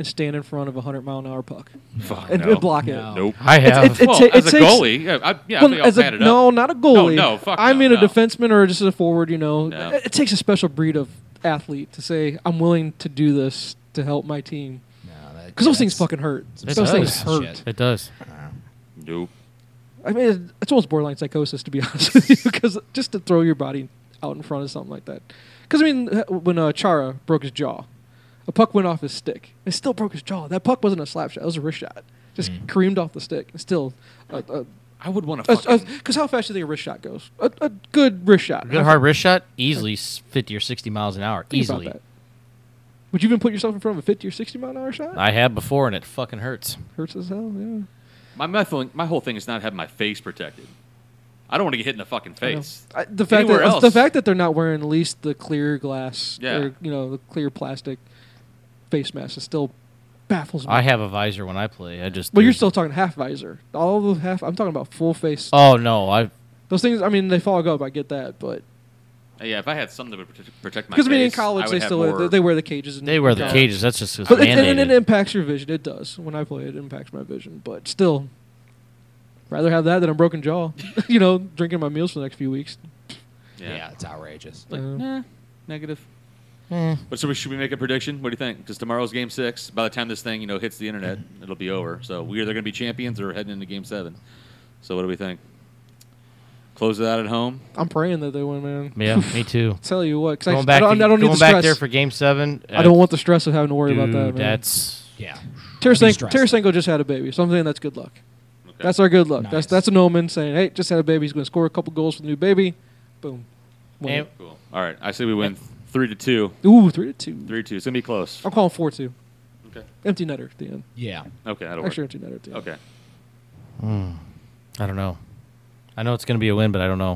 C: and stand in front of a hundred mile an hour puck
A: fuck
C: and,
A: no.
C: and block it?
E: No.
A: Nope.
B: I have.
C: It's- it's- It
A: well,
C: ta-
A: as
C: it
A: a
C: takes-
A: goalie, yeah, I, yeah, I
C: Well,
A: think I'll
C: as a-
A: pad it up.
C: No, not a goalie.
A: No, no, fuck
C: I
A: no,
C: mean
A: no.
C: a defenseman or just as a forward. You know,
A: No.
C: it, it takes a special breed of athlete to say I'm willing to do this to help my team because those things fucking hurt.
E: It
C: Those things
B: does.
C: hurt.
E: Shit.
B: It does.
E: Uh,
A: Nope.
C: I mean, it- it's almost borderline psychosis to be honest with you, because just to throw your body out in front of something like that. Because I mean, h- when uh, Chara broke his jaw, a puck went off his stick. It still broke his jaw. That puck wasn't a slap shot; it was a wrist shot. Just
A: Mm.
C: creamed off the stick. It's still, because
A: I would want to.
C: uh,
A: fucking
C: how fast do you think a wrist shot goes? A, a good wrist shot.
B: Good hard wrist shot, easily s- 50 or 60 miles an hour.
C: Think about
B: easily.
C: that. Would you even put yourself in front of a fifty or sixty mile an hour shot?
B: I have before, and it fucking hurts.
C: Hurts as hell. Yeah.
A: my my, feeling, my whole thing is not having my face protected. I don't want to get hit in the fucking
C: I know.
A: face.
C: I- the fact
A: Anywhere
C: that
A: else.
C: the fact that they're not wearing at least the clear glass
A: Yeah.
C: or you know the clear plastic face mask is still baffles me.
B: I have a visor when I play. I just.
C: well, you're still talking half visor. All the half. I'm talking about full face.
B: Oh no! I
C: Those things. I mean, they fog up. I get that, but
A: Yeah, if I had something to protect, protect my face,
C: because I mean, in college
A: would
C: they
A: have
C: still
A: more,
C: wear, they wear the cages. And
B: they wear the
C: Yeah.
B: cages. That's just it's
C: But it, and,
B: mandated.
C: and it impacts your vision. It does. When I play, it impacts my vision. But still, rather have that than a broken jaw. you know, drinking my meals for the next few weeks.
A: Yeah.
E: Yeah, it's outrageous.
A: Like,
C: Uh,
A: nah, negative. But so we, should we make a prediction? What do you think? Because tomorrow's game six. By the time this thing you know hits the internet, it'll be over. So we're either going to be champions or heading into game seven. So what do we think? Close it out at home.
C: I'm praying that they win, man.
B: Eh, Yeah, me too.
C: Tell you what, 'cause I,
B: Going
C: just-
B: back,
C: I don't,
B: to,
C: I don't need
B: going
C: the
B: back
C: stress.
B: there for Game Seven. eh,
C: I don't want the stress of having to worry about that, man.
B: That's
E: Yeah. That'd be
C: Tarasenko,
E: stressful.
C: Tarasenko just had a baby, so I'm saying that's good luck. That's our good luck.
E: Nice.
C: That's that's an omen saying, hey, just had a baby. He's going to score a couple goals for the new baby. Boom. Win
B: and,
C: it.
A: Cool. All right. I say we win three to two.
C: Ooh, three to two.
A: Three to two. It's gonna be close.
B: Oh.
C: I'm calling four two.
A: Okay.
C: Empty netter at the end.
E: Yeah.
A: Okay. That'll work.
C: Extra empty netter at the end.
A: Okay.
B: I don't know. I know it's going to be a win, but I don't know.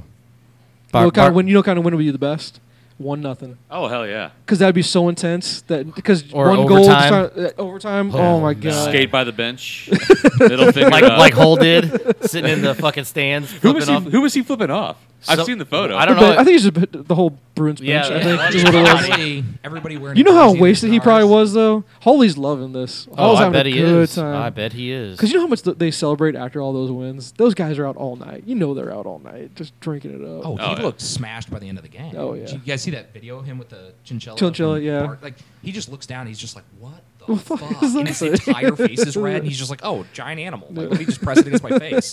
C: You
B: Bar-
C: know, kind
B: bar-
C: of when you know kind of when would be the best. One nothing.
A: Oh hell yeah!
C: Because that'd be so intense that because
B: Or
C: one goal
B: overtime.
C: uh, overtime.
B: Oh,
C: Oh, my
B: no.
C: god.
A: Skate by the bench. Middle finger
B: like
A: up.
B: like Hole did, sitting in the fucking stands.
A: who was
B: flipping
A: he?
B: off-
A: Who was he flipping off? I've
B: Some-
A: seen the photo.
B: I don't
C: But
B: know.
C: I think it's just the- the whole Bruins
B: Yeah,
C: bench.
B: yeah.
C: I think is what it was.
E: Everybody- Everybody wearing.
C: You know how
E: jerseys and
C: wasted he probably
E: guitars.
C: was though. Holly's loving this.
B: oh,
C: Holly's
B: I
C: having
B: bet
C: a
B: he
C: good
B: is.
C: time.
B: I bet he is.
C: Because you know how much th- they celebrate after all those wins? Those guys are out all night. You know they're out all night just drinking it up.
E: Oh, he
A: Oh, yeah.
E: looked smashed by the end of the game.
C: Oh, yeah.
E: Did you guys see that video of him with the chinchilla?
C: Chinchilla,
E: from
C: yeah.
E: Bart? Like he just looks down. He's just like, what the
C: What the
E: fuck?
C: fuck is
E: and
C: this?
E: his entire face is red. And he's just like, oh, giant animal. Like let me just press it against my face.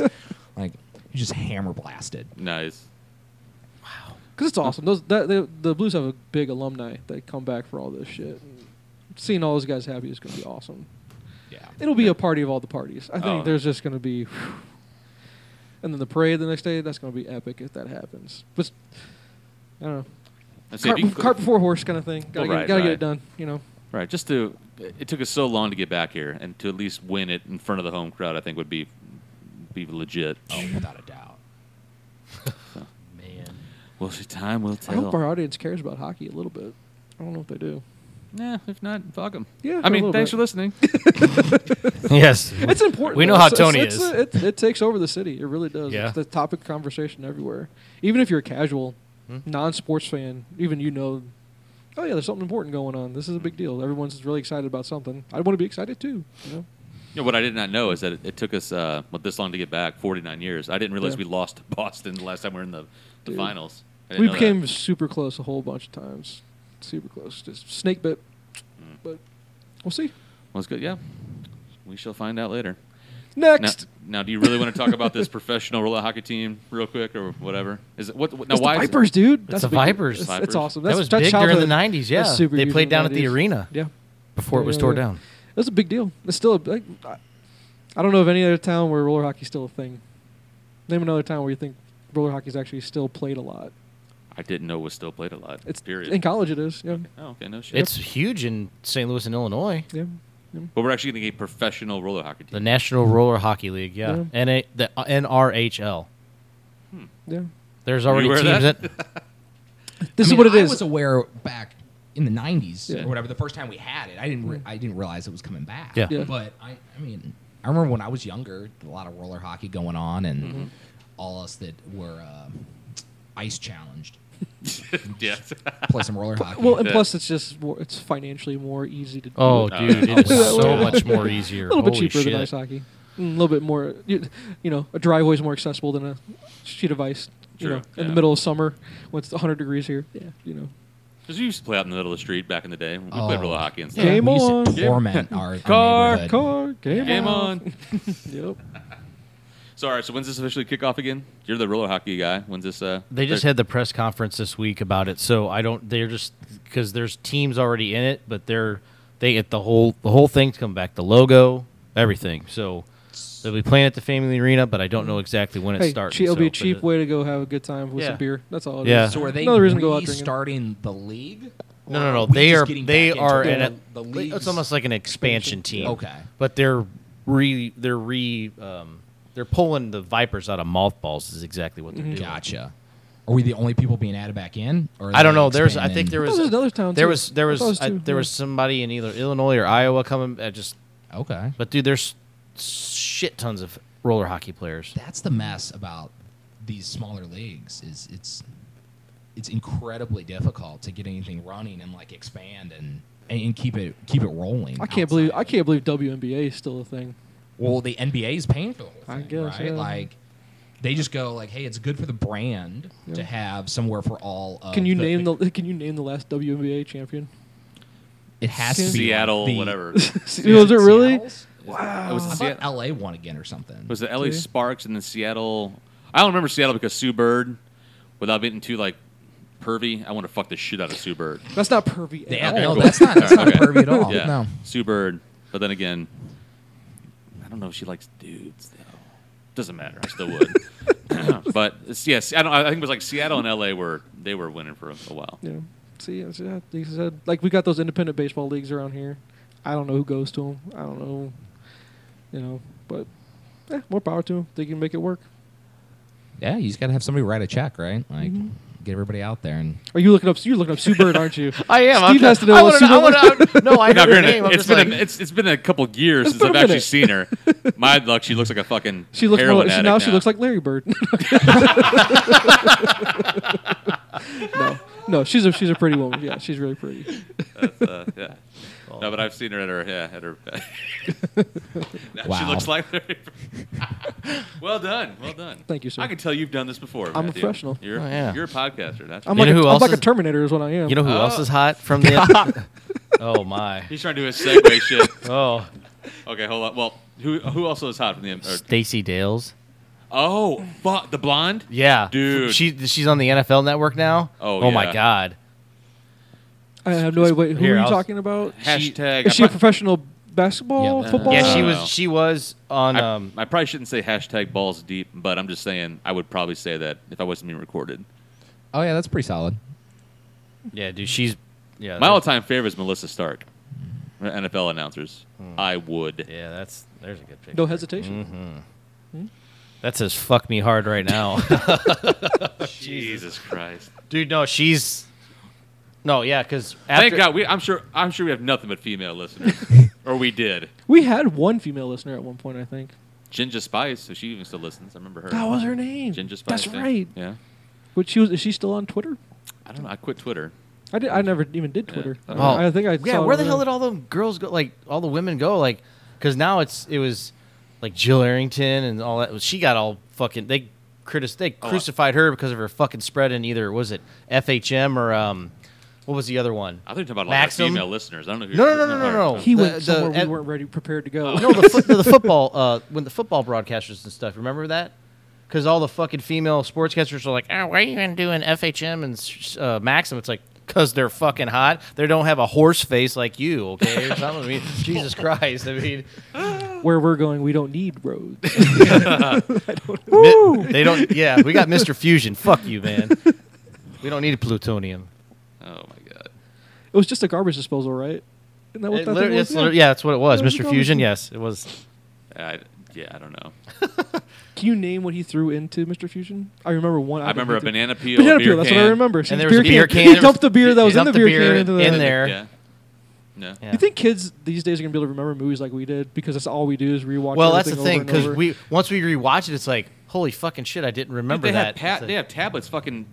E: Like he just hammer blasted.
A: Nice.
C: Because it's awesome. Those that, they, The Blues have a big alumni that come back for all this shit. And seeing all those guys happy is going to be awesome.
E: Yeah.
C: It'll be a party of all the parties. I think
A: Oh.
C: there's just going to be. whew. And then the parade the next day, that's going to be epic if that happens. But, I don't know.
A: Let's see if
C: Cart,
A: you can-
C: cart before horse kind of thing.
A: Well,
C: Gotta, get,
A: right,
C: gotta get
A: right.
C: it done, you know.
A: Right. Just to, it took us so long to get back here, and to at least win it in front of the home crowd, I think would be, be legit.
E: Oh, without a doubt.
B: Man.
A: We'll see. Time will
C: I hope our
A: tell.
C: audience cares about hockey a little bit. I don't know if they do.
A: Yeah. If not, fuck them.
C: Yeah,
A: I
C: a
A: mean,
C: little
A: thanks
C: bit.
A: for listening.
B: yes.
C: It's important.
B: We know
C: though.
B: how
C: It's-
B: Tony
C: it's-
B: is.
C: it's- it, it takes over the city. It really does.
B: Yeah.
C: It's the topic of conversation everywhere. Even if you're a casual,
B: Hmm?
C: non-sports fan, even you know, oh yeah, there's something important going on. This is a big deal. Everyone's really excited about something. I want to be excited too. You know?
A: You know, what I did not know is that it, it took us uh, what this long to get back, 49 years. I didn't realize
C: Yeah.
A: we lost to Boston the last time we were in the, the
C: Dude.
A: finals. I didn't
C: We
A: know that.
C: became super close a whole bunch of times. Super close. Just snake bit. But we'll see.
A: Mm. Well, it's good. Yeah. We shall find out later. Now,
C: Next.
A: now, do you really want to talk about this professional roller hockey team real quick or whatever? Is it what? what now,
C: It's the
A: why? is it-
C: Vipers, dude.
B: the
C: a big deal.
B: Vipers.
C: It's,
A: Vipers.
C: it's awesome.
B: That
C: That's,
B: was
C: that's
B: big during the
C: childhood.
B: 90s,
C: That's
B: yeah.
C: super
B: They
C: huge
B: played
C: in the
B: down at the
C: 90s.
B: arena.
C: Yeah.
B: Before it was
C: Yeah,
B: tore
C: yeah.
B: down.
C: That's a big deal. It's still a like, I, I don't know of any other town where roller hockey's still a thing. Name another town where you think roller hockey's actually still played a lot.
A: I didn't know it was still played a lot.
C: It's
A: period.
C: in college. It is. Yeah.
A: oh, okay. No shit.
B: It's huge in St. Louis and Illinois.
C: Yeah.
A: But we're actually going to get a professional roller hockey
B: The
A: team.
B: National Roller Hockey League, yeah.
C: Mm-hmm. Yeah.
B: NA, the uh, NRHL.
C: Yeah.
B: There's already
A: aware
B: teams
A: of
B: that?
A: that?
C: This
E: I
C: is
E: mean,
C: what it
E: I
C: is.
E: was aware back in the '90s
C: Yeah.
E: or whatever. The first time we had it, I didn't. Re- I didn't realize it was coming back.
B: Yeah.
C: Yeah.
E: But I, I mean, I remember when I was younger, a lot of roller hockey going on, and all us that were uh, ice challenged
A: Yes.
E: play some roller hockey.
C: well, and
A: Yeah.
C: plus it's just more, it's financially more easy to. do
B: Oh,
C: it.
A: Uh,
B: dude,
A: oh,
B: it's
C: yeah.
B: so much more easier.
C: a little bit
B: Holy
C: cheaper
B: shit.
C: than ice hockey. Mm, A little bit more. You, you know, a driveway is more accessible than a sheet of ice. You
A: True,
C: know, in
A: yeah.
C: the middle of summer when it's 100 degrees here. Yeah. You know.
A: Because we used to play out in the middle of the street back in the day. We
E: Oh.
A: played roller hockey and stuff.
C: Game
E: we used to
C: on.
E: torment our, our
A: Car,
E: neighborhood.
C: Car. Game,
A: Game
C: on.
A: on.
C: yep.
A: So, all right, so when's this officially kick off again? You're the roller hockey guy. When's this? Uh,
B: They just
A: their-
B: had the press conference this week about it, so I don't. They're just because there's teams already in it, but they're they get the whole the whole thing's come back, the logo, everything. So they'll be playing at the Family Arena, but I don't know exactly when it
C: Hey,
B: starts.
C: che- it'll be
B: so-
C: a
B: but
C: cheap
B: it-
C: way to go have a good time with
B: Yeah.
C: some beer. That's all. it is.
B: Yeah.
E: So are they
C: Another reason to go out drinking.
E: restarting the league?
B: No,
E: Or
B: no, no.
E: we
B: They
E: just
B: are
E: getting
B: they
E: back
B: are
E: into
B: in
E: the,
B: a,
E: the
B: they-
E: league's-
B: It's almost like an expansion team.
E: Okay.
B: but they're re they're re um, they're pulling the Vipers out of mothballs. Is exactly what they're doing.
E: Gotcha. Are we the only people being added back in? Or are
B: I don't
E: they
B: know. There's, I think
E: expanding?
B: there
C: I
B: was,
C: thought there was another town,
B: There
C: too.
B: was, there
C: I
B: was,
C: thought it was
B: I-
C: two,
B: there
C: yeah.
B: was somebody in either Illinois or Iowa coming. I just,
E: Okay.
B: but dude, there's shit tons of roller hockey players.
E: that's the mess about these smaller leagues is it's it's incredibly difficult to get anything running and like expand and and, and keep it keep it rolling.
C: I can't believe
E: outside.
C: I can't believe WNBA is still a thing.
E: Well, the NBA is paying for the whole
C: I
E: thing,
C: guess,
E: right?
C: yeah.
E: Like they just go like, hey, it's good for the brand
C: Yeah.
E: to have somewhere for all. Of
C: Can you
E: the-
C: name the Can you name the last WNBA champion?
E: It has to be
A: Seattle,
E: like, the-
A: whatever.
C: was it really?
E: Seattle's?
A: wow. It was, the
E: I thought
A: Seattle,
E: LA won again or something.
A: was the LA Sparks and the Seattle. I don't remember Seattle because Sue Bird, without being too like pervy, I want to fuck the shit out of Sue Bird.
C: That's not pervy.
E: Yeah,
C: At
A: Okay,
E: no,
C: all.
A: cool.
E: that's not- that's
A: All right,
E: not pervy at all,
A: Yeah.
E: no.
A: Sue Bird. But then again, I don't know if she likes dudes though. Doesn't matter. I still would. but it's- yes, I, don't, I think it was like Seattle and LA were they were winning for a, a while.
C: Yeah. See, as I like I said, like we got those independent baseball leagues around here. I don't know who goes to them. I don't know, you know, but eh, more power to them. They can make it work.
E: Yeah, you just gotta have somebody write a check, right? Like,
C: Mm-hmm.
E: get everybody out there and
C: Are you looking up? You're looking up Sue Bird, aren't you?
B: I am.
C: Steve
B: I'm
C: has to know
B: I
C: what
B: wanna,
C: Sue
B: I
C: Bird.
B: wanna, no, I
A: No,
B: know her
A: granted,
B: name. I'm
A: it's
B: just
A: been
B: like,
A: a, it's, it's been a couple years since
C: been
A: I've
C: a
A: actually
C: minute.
A: seen her. My luck, she looks like a fucking
C: She looks
A: heroin
C: more, she,
A: addict
C: now. She looks like Larry Bird. no, no, she's a she's a pretty woman. Yeah, she's really pretty.
A: Uh, yeah. No, but I've seen her at her yeah at her. Now She
E: Wow.
A: looks like Larry. Bird. well done, well done.
C: Thank you, sir.
A: I can tell you've done this before.
C: I'm a
A: Matthew.
C: professional.
A: You're
B: Oh, yeah.
A: you're a podcaster. That's
C: I'm
B: You
C: like
B: know
C: a,
B: who
C: I'm
B: else
C: like a
B: is-
C: Terminator is what I am.
B: you know who
A: Oh.
B: else is hot from the? oh my.
A: He's trying to do a segue shit.
B: Oh,
A: Okay, hold on. Well, who who also is hot from the? Or,
B: Stacy Dales.
A: oh, fuck, the blonde.
B: Yeah,
A: Dude.
B: She she's on the NFL Network now.
A: Oh,
B: oh my
A: yeah.
B: God.
C: I have no idea. Wait, who
B: Here,
C: are you
B: I'll-
C: talking about?
A: Hashtag.
C: Is she
A: I,
C: a professional basketball
E: Yeah.
C: football?
B: Yeah,
A: Oh.
B: she was she was on.
A: I-
B: um,
A: I probably shouldn't say hashtag balls deep, but I'm just saying I would probably say that if I wasn't being recorded.
E: oh yeah, that's pretty solid.
B: yeah, dude, she's yeah.
A: My
B: there's-
A: all-time favorite is Melissa Stark, NFL announcers. I would.
B: Yeah, that's there's a good picture.
C: No hesitation.
B: That says "fuck me hard" right now,
A: Jesus Christ!
B: dude. No, she's no, yeah, because
A: Thank God. We, I'm sure. I'm sure we have nothing but female listeners, or we did.
C: We had one female listener at one point, I think.
A: Ginger Spice, so she even still listens. I remember her.
C: That was her name.
A: Ginger Spice.
C: That's
A: yeah.
C: right.
A: Yeah.
C: Which she was? Is she still on Twitter?
A: I don't know. I quit Twitter.
C: I did. I never even did Twitter.
A: Yeah. Oh.
C: I- I think I.
B: Oh. yeah.
C: saw it
B: Where the
C: over
B: hell
C: there.
B: did all the girls go? Like all the women go? Like because now it's it was like Jill Arrington and all that. She got all fucking they critis they
A: Oh, I-
B: crucified her because of her fucking spread in either was it FHM or um what was the other one?
A: I think about like
B: Maxim?
A: female listeners. I don't know. Who
B: No, no, no, no, no,
A: all right.
B: no.
C: He
B: The-
C: went
B: the- Oh.
C: somewhere
B: at-
C: we weren't ready, prepared to go.
B: No, the, foot, the football uh, when the football broadcasters and stuff. Remember that? Because all the fucking female sportscasters are like, oh, why are you even doing FHM and uh, Maxim? It's like, because they're fucking hot. They don't have a horse face like you, okay? Or something. I mean, Jesus Christ. I mean,
C: Where we're going, we don't need roads.
B: mi- they don't. Yeah, we got Mr. Fusion. Fuck you, man. We don't need plutonium.
A: Oh my God.
C: it was just a garbage disposal, right? Isn't that what
B: It
C: that
B: liter-
C: thing was?
B: it's liter- yeah, that's what it was.
C: That was a
B: Mr.
C: garbage
B: Fusion,
C: can.
B: yes, it was.
A: I, yeah, I don't know.
C: Can you name what he threw into Mr. Fusion? I remember one.
A: I remember a banana peel.
C: Banana
A: a beer
C: peel. That's
A: can.
C: what I remember. See,
B: And there was a beer can.
C: He
B: There
C: dumped
B: was-
C: the beer that
B: he
C: was in the
B: dumped
C: beer, can into the
B: in there.
A: Yeah. No.
B: Yeah.
C: You think kids these days are gonna be able to remember movies like we did because that's all we do is rewatch.
B: Well, that's the
C: everything
B: thing
C: over and
B: because
C: over.
B: we once we rewatch it, it's like, holy fucking shit, I didn't remember
A: they
B: that.
A: Have pa-
B: It's like-
A: they have tablets. Fucking.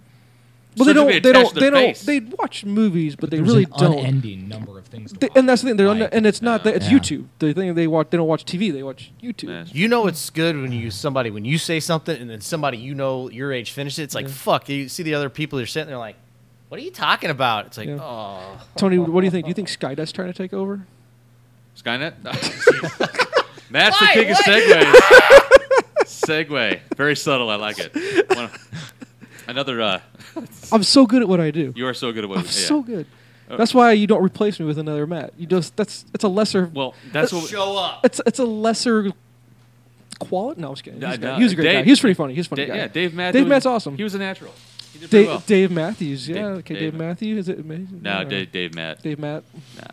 C: Well, they
A: surgically
C: don't. They
A: attached to
C: don't. They
A: their
C: don't.
A: face.
C: They watch movies, but they
E: There's
C: really
E: an
C: don't.
E: Unending number of things. To
C: They-
E: watch.
C: and that's the thing. They're
E: Like,
C: on, and it's not
A: Yeah.
C: that it's
E: Yeah.
C: YouTube. The thing they watch, they don't watch TV. They watch YouTube.
A: Yeah.
B: You know it's good when you somebody when you say something and then somebody you know your age finishes it. It's like fuck. You see the other people you're sitting there like, what are you talking about? It's like
C: Yeah.
B: oh
C: Tony, what do you think? Do you think Skydust trying to take over?
A: Skynet. That's the
B: Why?
A: biggest
B: What?
A: segue. segue. Very subtle. I like it. One- another. Uh,
C: I'm so good at what I do.
A: you are so good at what.
C: I'm
A: yeah. Uh,
C: so good. That's why you don't replace me with another Matt. You just that's it's a lesser.
A: Well, that's what.
B: show up.
C: it's it's a lesser quality. No, I was kidding.
A: No,
C: He's, a guy.
A: no,
C: He was a great
A: Dave-
C: guy. He was pretty funny. He's a funny
A: Da-
C: guy.
A: yeah, Dave Matt.
C: Dave
A: was-
C: Matt's awesome.
A: He was a natural. He did pretty
C: Dave,
A: well.
C: Dave Matthews. Yeah.
A: Dave-
C: okay.
A: Dave
C: Dave,
A: Matt-
C: Matthews. Is it amazing?
A: No,
C: I don't know.
A: Dave, Dave Matt.
C: Dave Matt.
A: Nah.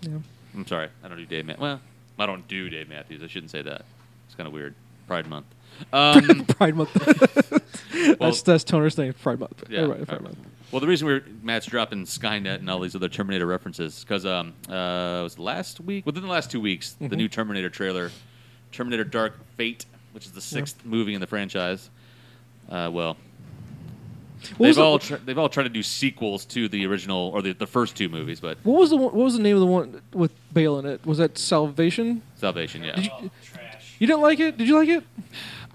C: Yeah.
A: I'm sorry. I don't do Dave Matt. Well, I don't do Dave Matthews. I shouldn't say that. It's kind of weird. Pride Month. Um,
C: Pride Month.
A: well,
C: that's that's Toner's thing. Pride Month.
A: Yeah, uh,
C: Everybody,
A: Pride
C: Pride Month.
A: well, the reason we're Matt's dropping Skynet and all these other Terminator references because um uh it was last week within the last two weeks
C: Mm-hmm.
A: the new Terminator trailer, Terminator Dark Fate, which is the sixth movie in the franchise. Uh, well,
C: What was
A: they've
C: the-
A: all tr- they've all tried to do sequels to the original or the, the first two movies, but
C: What was the one, what was the name of the one with Bale in it? Was that Salvation?
A: Salvation, yeah.
C: Did you, you didn't like it? Did you like it?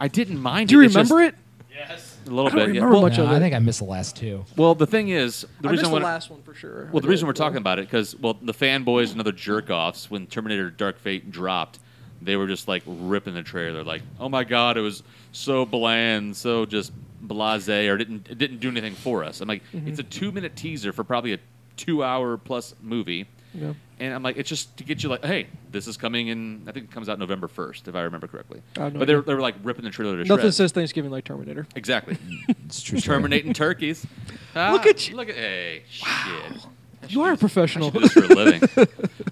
A: I didn't mind.
C: Do you remember it?
A: A little
C: I don't
A: bit. yeah.
C: remember
A: Well,
C: much
E: No,
C: of it.
E: I think I missed the last two.
A: well, the thing is, the
C: I
A: reason
C: missed
A: I wanna-
C: the last one for sure.
A: Well, the reason we're talking
C: about.
A: about it because well, the fanboys and other jerk offs when Terminator Dark Fate dropped, they were just like ripping the trailer, like, "Oh my god, it was so bland, so just blasé, or didn't it didn't do anything for us." I'm like,
C: Mm-hmm.
A: it's a two minute teaser for probably a two hour plus movie,
C: Yeah.
A: and I'm like, it's just to get you like, "Hey, this is coming in. I think it comes out November 1st, if I remember correctly."
C: I have no
A: but they
C: idea.
A: were, they were like ripping the trailer to
C: Nothing
A: shreds.
C: says Thanksgiving like Terminator.
A: exactly.
E: It's a true. story.
A: Terminating turkeys.
C: Look
A: Ah,
C: at you.
A: Look at hey, shit.
C: You are a professional.
A: I should do this for a living.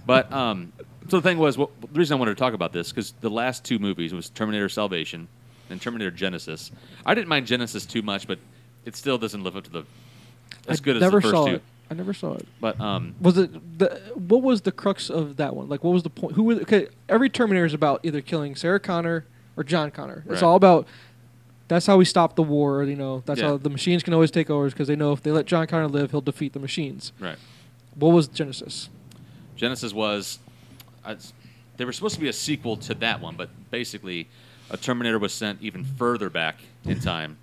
A: but um, so the thing was, well, the reason I wanted to talk about this because the last two movies was Terminator Salvation and Terminator Genesis. I didn't mind Genesis too much, but it still doesn't live up to the as
C: I
A: good as
C: never
A: the first
C: saw
A: two.
C: It. I never saw it.
A: But um,
C: Was it the what was the crux of that one? Like, what was the point? Who was okay? Every Terminator is about either killing Sarah Connor or John Connor.
A: Right.
C: It's all about that's how we stop the war. You know, that's
A: Yeah.
C: how the machines can always take over because they know if they let John Connor live, he'll defeat the machines.
A: right,
C: What was Genesis?
A: Genesis was. uh, I, they were supposed to be a sequel to that one, but basically, a Terminator was sent even further back in time.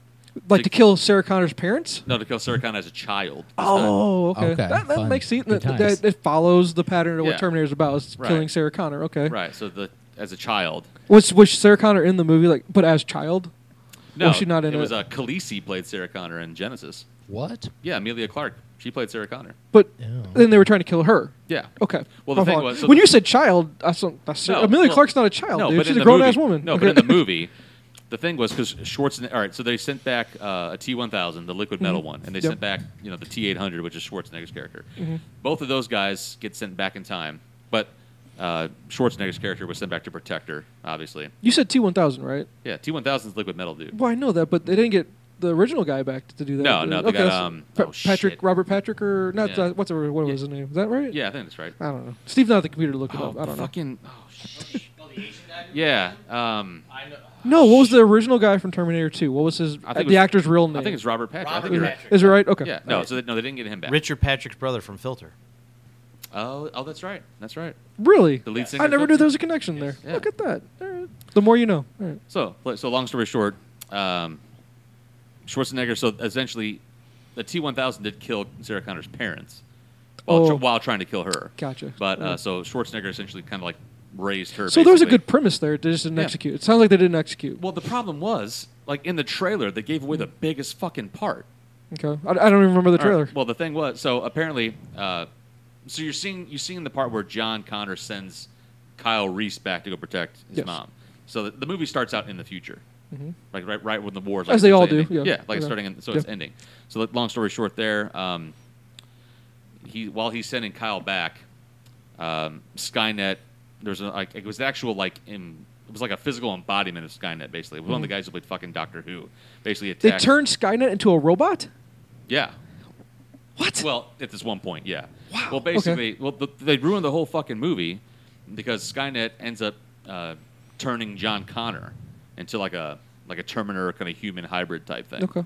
C: Like to kill Sarah Connor's parents?
A: No, to kill Sarah Connor as a child.
C: Oh, okay.
E: Okay,
C: that that
E: fun.
C: makes sense.
E: Good
C: That, that-
E: times.
C: it follows the pattern of
A: Yeah.
C: what Terminator is about: is
A: Right.
C: killing Sarah Connor. Okay.
A: right. So the as a child,
C: Was was Sarah Connor in the movie? Like, but as child?
A: No,
C: she not in
A: it was
C: it?
A: uh, Khaleesi played Sarah Connor in Genesis.
E: What?
A: Yeah, Amelia Clark. She played Sarah Connor.
C: But
E: Oh.
C: then they were trying to kill her.
A: Yeah.
C: Okay.
A: Well, the
C: My
A: thing
C: fault.
A: was- so
C: when
A: the-
C: you said child, that's, that's
A: No,
C: Amelia
A: well,
C: Clark's not a child,
A: no,
C: dude.
A: but
C: She's
A: in the
C: a grown ass
A: movie-
C: woman.
A: No,
C: Okay.
A: but in the movie, the thing was because Schwarzenegger. All right, so they sent back uh, a T one thousand, the liquid metal one, and they
C: Mm-hmm. Yep. Mm-hmm.
A: sent back you know the T eight hundred, which is Schwarzenegger's character. Both of those guys get sent back in time, but uh, Schwarzenegger's character was sent back to protect her, obviously.
C: you said T one thousand, right?
A: Yeah, T one thousand's liquid metal dude.
C: Well, I know that, but they didn't get the original guy back to do that.
A: No, no, they got,
C: that's-
A: um,
C: Pa-
A: oh,
C: Patrick
A: shit.
C: Robert Patrick or not?
A: Yeah.
C: Uh, what's the, what was
A: Yeah.
C: his name? Is that right?
A: Yeah, I think that's right.
C: I don't know. Steve's not at the computer to look it
A: Oh,
C: up. I don't know.
A: fucking. Oh, shit. Yeah. Um,
B: I know.
C: No, what was the original guy from Terminator Two? What was his
A: I
C: uh,
A: think it was-
C: the actor's real name?
A: I think it's Robert Patrick. I
C: Is
A: think
B: Robert
A: you're
C: it-
A: right.
B: Patrick.
C: Is it right? Okay.
A: Yeah, no, so they, no, they didn't get him back.
B: Richard Patrick's brother from Filter.
A: Oh, oh, that's right. That's right.
C: Really?
A: The lead singer
C: I
A: of
C: never
A: Filter.
C: knew there was a connection there.
A: Yeah.
C: Look at that. All right. The more you know. All right.
A: So, so long story short, um, Schwarzenegger. So essentially, the T one thousand did kill Sarah Connor's parents while,
C: Oh.
A: tr- while trying to kill her.
C: Gotcha.
A: But uh,
C: Yeah.
A: so Schwarzenegger essentially kind of like raised her.
C: So there was a
A: basically.
C: good premise there. They just didn't
A: Yeah.
C: execute. It sounds like they didn't execute.
A: Well, the problem was like in the trailer they gave away the biggest fucking part.
C: Okay. I, I don't even remember the
A: All
C: trailer.
A: right. Well, the thing was, so apparently, uh, so you're seeing you seeing the part where John Connor sends Kyle Reese back to go protect his
C: Yes. Mm-hmm.
A: mom. So the, the movie starts out in the future, like right right when the war,
C: As they all do,
A: ending.
C: yeah.
A: like it's
C: Okay.
A: starting, in, so it's
C: Yeah.
A: ending. So like, long story short, there, um, he while he's sending Kyle back, um, Skynet. There's a, like it was the actual like in, it was like a physical embodiment of Skynet basically. It was one of the guys who played fucking Doctor Who. Basically
C: Mm-hmm. they
A: attacked.
C: turned Skynet into a robot.
A: yeah.
C: What?
A: Well, at this one point, yeah.
C: Wow,
A: Well, basically, well, the, they ruined the whole fucking movie because Skynet ends up uh, turning John Connor into like a like a Terminator kind of human hybrid type thing.
C: okay.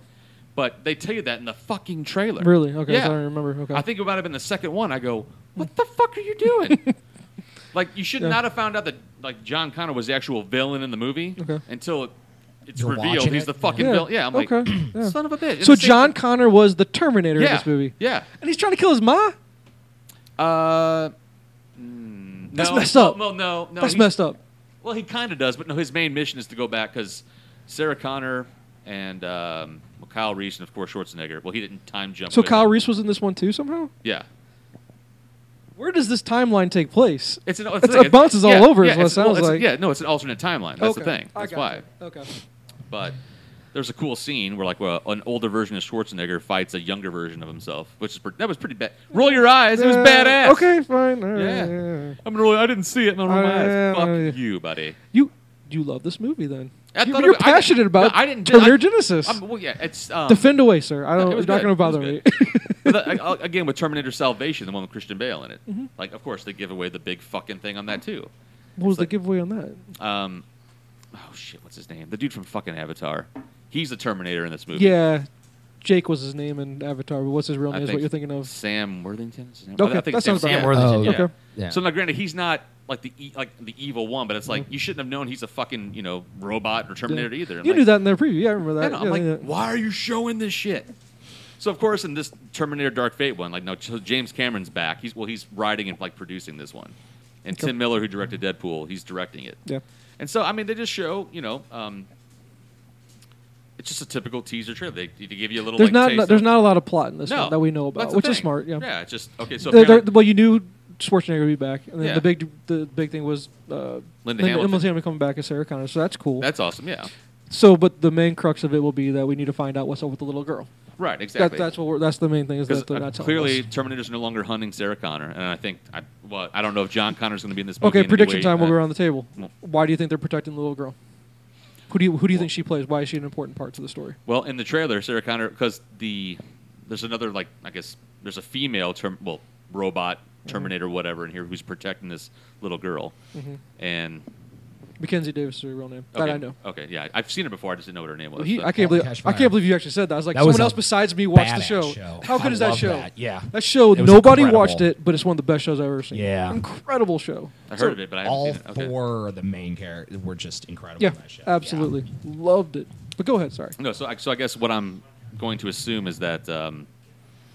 A: But they tell you that in the fucking trailer.
C: Really? Okay.
A: Yeah.
C: I don't remember. Okay.
A: I think it might have been the second one. I go, what the fuck are you doing? like you should
C: Yeah.
A: not have found out that like John Connor was the actual villain in the movie
C: Okay.
A: until it, it's
E: You're
A: revealed
E: watching
A: he's
E: it?
A: the fucking
C: Yeah.
A: villain. Yeah, I'm like,
C: Okay. Yeah.
A: son of a bitch. It's
C: so.
A: the same
C: John
A: thing-
C: Connor was the Terminator
A: yeah,
C: in this movie,
A: Yeah.
C: and he's trying to kill his ma.
A: Uh,
C: That's
A: Hmm. no,
C: messed up.
A: Well, no, no.
C: That's
A: he's-
C: messed up.
A: Well, he kind of does, but no, his main mission is to go back because Sarah Connor and um, well, Kyle Reese and of course Schwarzenegger. Well, he didn't time jump.
C: So
A: with
C: Kyle
A: him.
C: Reese was in this one too somehow.
A: Yeah.
C: Where does this timeline take place?
A: It's an, it's
C: It's-
A: like-
C: it bounces all
A: yeah,
C: over is
A: yeah,
C: what it
A: it's- well,
C: sounds
A: it's-
C: like.
A: Yeah, no, it's an alternate timeline. That's the
C: Okay.
A: thing.
C: I
A: That's
C: got
A: why.
C: you. Okay.
A: But there's a cool scene where like well, an older version of Schwarzenegger fights a younger version of himself, which is pretty, that was pretty bad. Roll your eyes. It was
C: Yeah,
A: badass.
C: Okay. Fine. all right,
A: Yeah.
C: yeah.
A: I'm really. I didn't see it. And I'm rolling my
C: Uh,
A: eyes. Fuck
C: yeah.
A: you, buddy.
C: You you love this movie then?
A: I
C: you're
A: thought
C: you're
A: it- I-
C: passionate about
A: no, I didn't-
C: Terminator
A: I-
C: Genesis.
A: I'm, well, yeah, it's um,
C: Defend away, sir. I don't.
A: it
C: You're
A: was
C: not
A: good.
C: going to
A: It was
C: bother me.
A: But the- I- I- again, with Terminator Salvation, the one with Christian Bale in it,
C: Mm-hmm.
A: like of course they give away the big fucking thing on that too.
C: what was
A: It's
C: the
A: like-
C: giveaway on that?
A: Um, oh shit, what's his name? The dude from fucking Avatar. He's the Terminator in this movie.
C: Yeah, Jake was his name in Avatar, but what's his real
A: I
C: name? Is
A: think
C: what you're thinking of?
A: Sam Worthington. is his name?
C: Okay,
A: I think
C: that
A: it's Sam,
C: sounds about Uh,
A: Sam
B: right.
A: Worthington.
E: Oh,
A: yeah.
C: okay.
E: Yeah.
A: So now, granted, he's not like the e- like the evil one, but it's like you shouldn't have known he's a fucking you know robot or Terminator
C: Mm-hmm. Yeah.
A: either. I'm
C: You
A: like,
C: knew that in the preview. Yeah, I remember
A: Yeah,
C: that.
A: no,
C: Yeah,
A: I'm
C: yeah.
A: like, why are you showing this shit? So of course, in this Terminator Dark Fate one, like no, so James Cameron's back. He's well, he's writing and like producing this one. and Tim Miller, who directed Deadpool, he's directing it.
C: Yeah.
A: And so, I mean, they just show, you know, um, it's just a typical teaser trailer. They, they give you a little.
C: There's
A: like,
C: not
A: taste
C: there's
A: of-
C: not a lot of plot in this
A: no,
C: one that we know about,
A: that's the
C: which is
A: thing.
C: smart. Yeah.
A: Yeah. It's just okay. So
C: They're- they're-
A: apparently-
C: well, you knew Schwarzenegger would be back, and then
A: Yeah.
C: the big the big thing was uh,
A: Linda Hamilton.
C: coming back as Sarah Connor, so that's cool.
A: that's awesome. Yeah.
C: so, but the main crux of it will be that we need to find out what's up with the little girl.
A: Right.
C: That-
A: Exactly.
C: that's what we're, that's the main thing is
A: Because uh,
C: that they're not telling
A: clearly,
C: us.
A: Terminator's no longer hunting Sarah Connor, and I think I well, I don't know if John Connor's going to be in this movie.
C: Okay,
A: in any
C: prediction
A: way.
C: time. We'll
A: Uh,
C: go around the table.
A: well-
C: Why do you think they're protecting the little girl? Who do you who do you think she plays? Why is she an important part to the story?
A: Well, in the trailer, Sarah Connor, because the there's another like I guess there's a female term well robot
C: Mm-hmm.
A: Terminator whatever in here who's protecting this little girl, and
C: Mackenzie Davis is her real name.
A: okay,
C: Mm-hmm. That I know.
A: Okay, yeah, I've seen it before. I just didn't know what her name was.
C: He,
A: but-
C: I can't
E: Holy
C: believe
E: cash
C: I
E: fire.
C: can't believe you actually said that. I was like,
E: That was
C: someone
E: a
C: else besides me watched the
E: badass
C: show.
E: show.
C: How good
E: I
C: is that
E: love
C: show?
E: that, yeah.
C: that show.
E: It was
C: Nobody
E: incredible.
C: watched it, but it's one of the best shows I've ever seen.
E: Yeah.
C: incredible show.
A: I heard
C: So-
A: of it, but I haven't
E: All
A: seen it. Okay.
E: four of the main characters were just incredible.
C: Yeah,
E: in that show.
C: absolutely loved it. But go ahead. Sorry.
A: No, so I, so I guess what I'm going to assume is that um,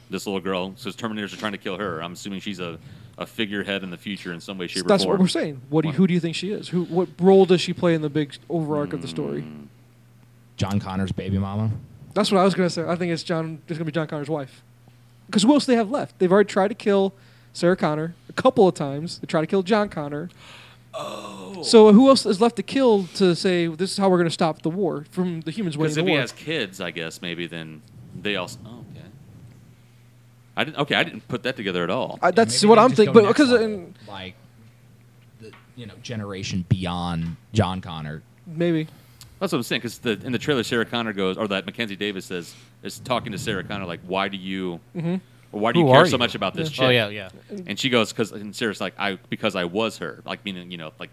A: this little girl, since Terminators are trying to kill her, I'm assuming she's a, a figurehead in the future in some way, shape,
C: That's
A: or
C: what
A: form.
C: we're saying. What do you, who do you think she is? Who what role does she play in the big overarch of the story?
A: Hmm.
E: John Connor's baby mama.
C: Uh, That's what I was gonna say. I think it's John. It's gonna be John Connor's wife. Because who else they have left? They've already tried to kill Sarah Connor a couple of times. They tried to kill John Connor. Oh. So who else is left to kill to say this is how we're gonna stop the war from the humans
A: Because if he
C: winning the war?
A: has kids, I guess maybe then they also. Oh, okay. I didn't. Okay, I didn't put that together at all.
C: I, that's
E: Maybe
C: what
E: they
C: I'm
E: just
C: thinking.
E: go
C: But
E: next
C: because
E: level,
C: and
E: like the you know generation beyond John Connor.
C: maybe
A: That's what I'm saying. Because in the trailer, Sarah Connor goes, or that Mackenzie Davis says, is talking to Sarah Connor like, "Why do you, or why do you
B: Mm-hmm. Who
A: care
B: are
A: so
B: you?"
A: much about this chick?"
B: Oh yeah, yeah.
A: And she goes, "Because," and Sarah's like, "I because I was her. Like meaning, you know, like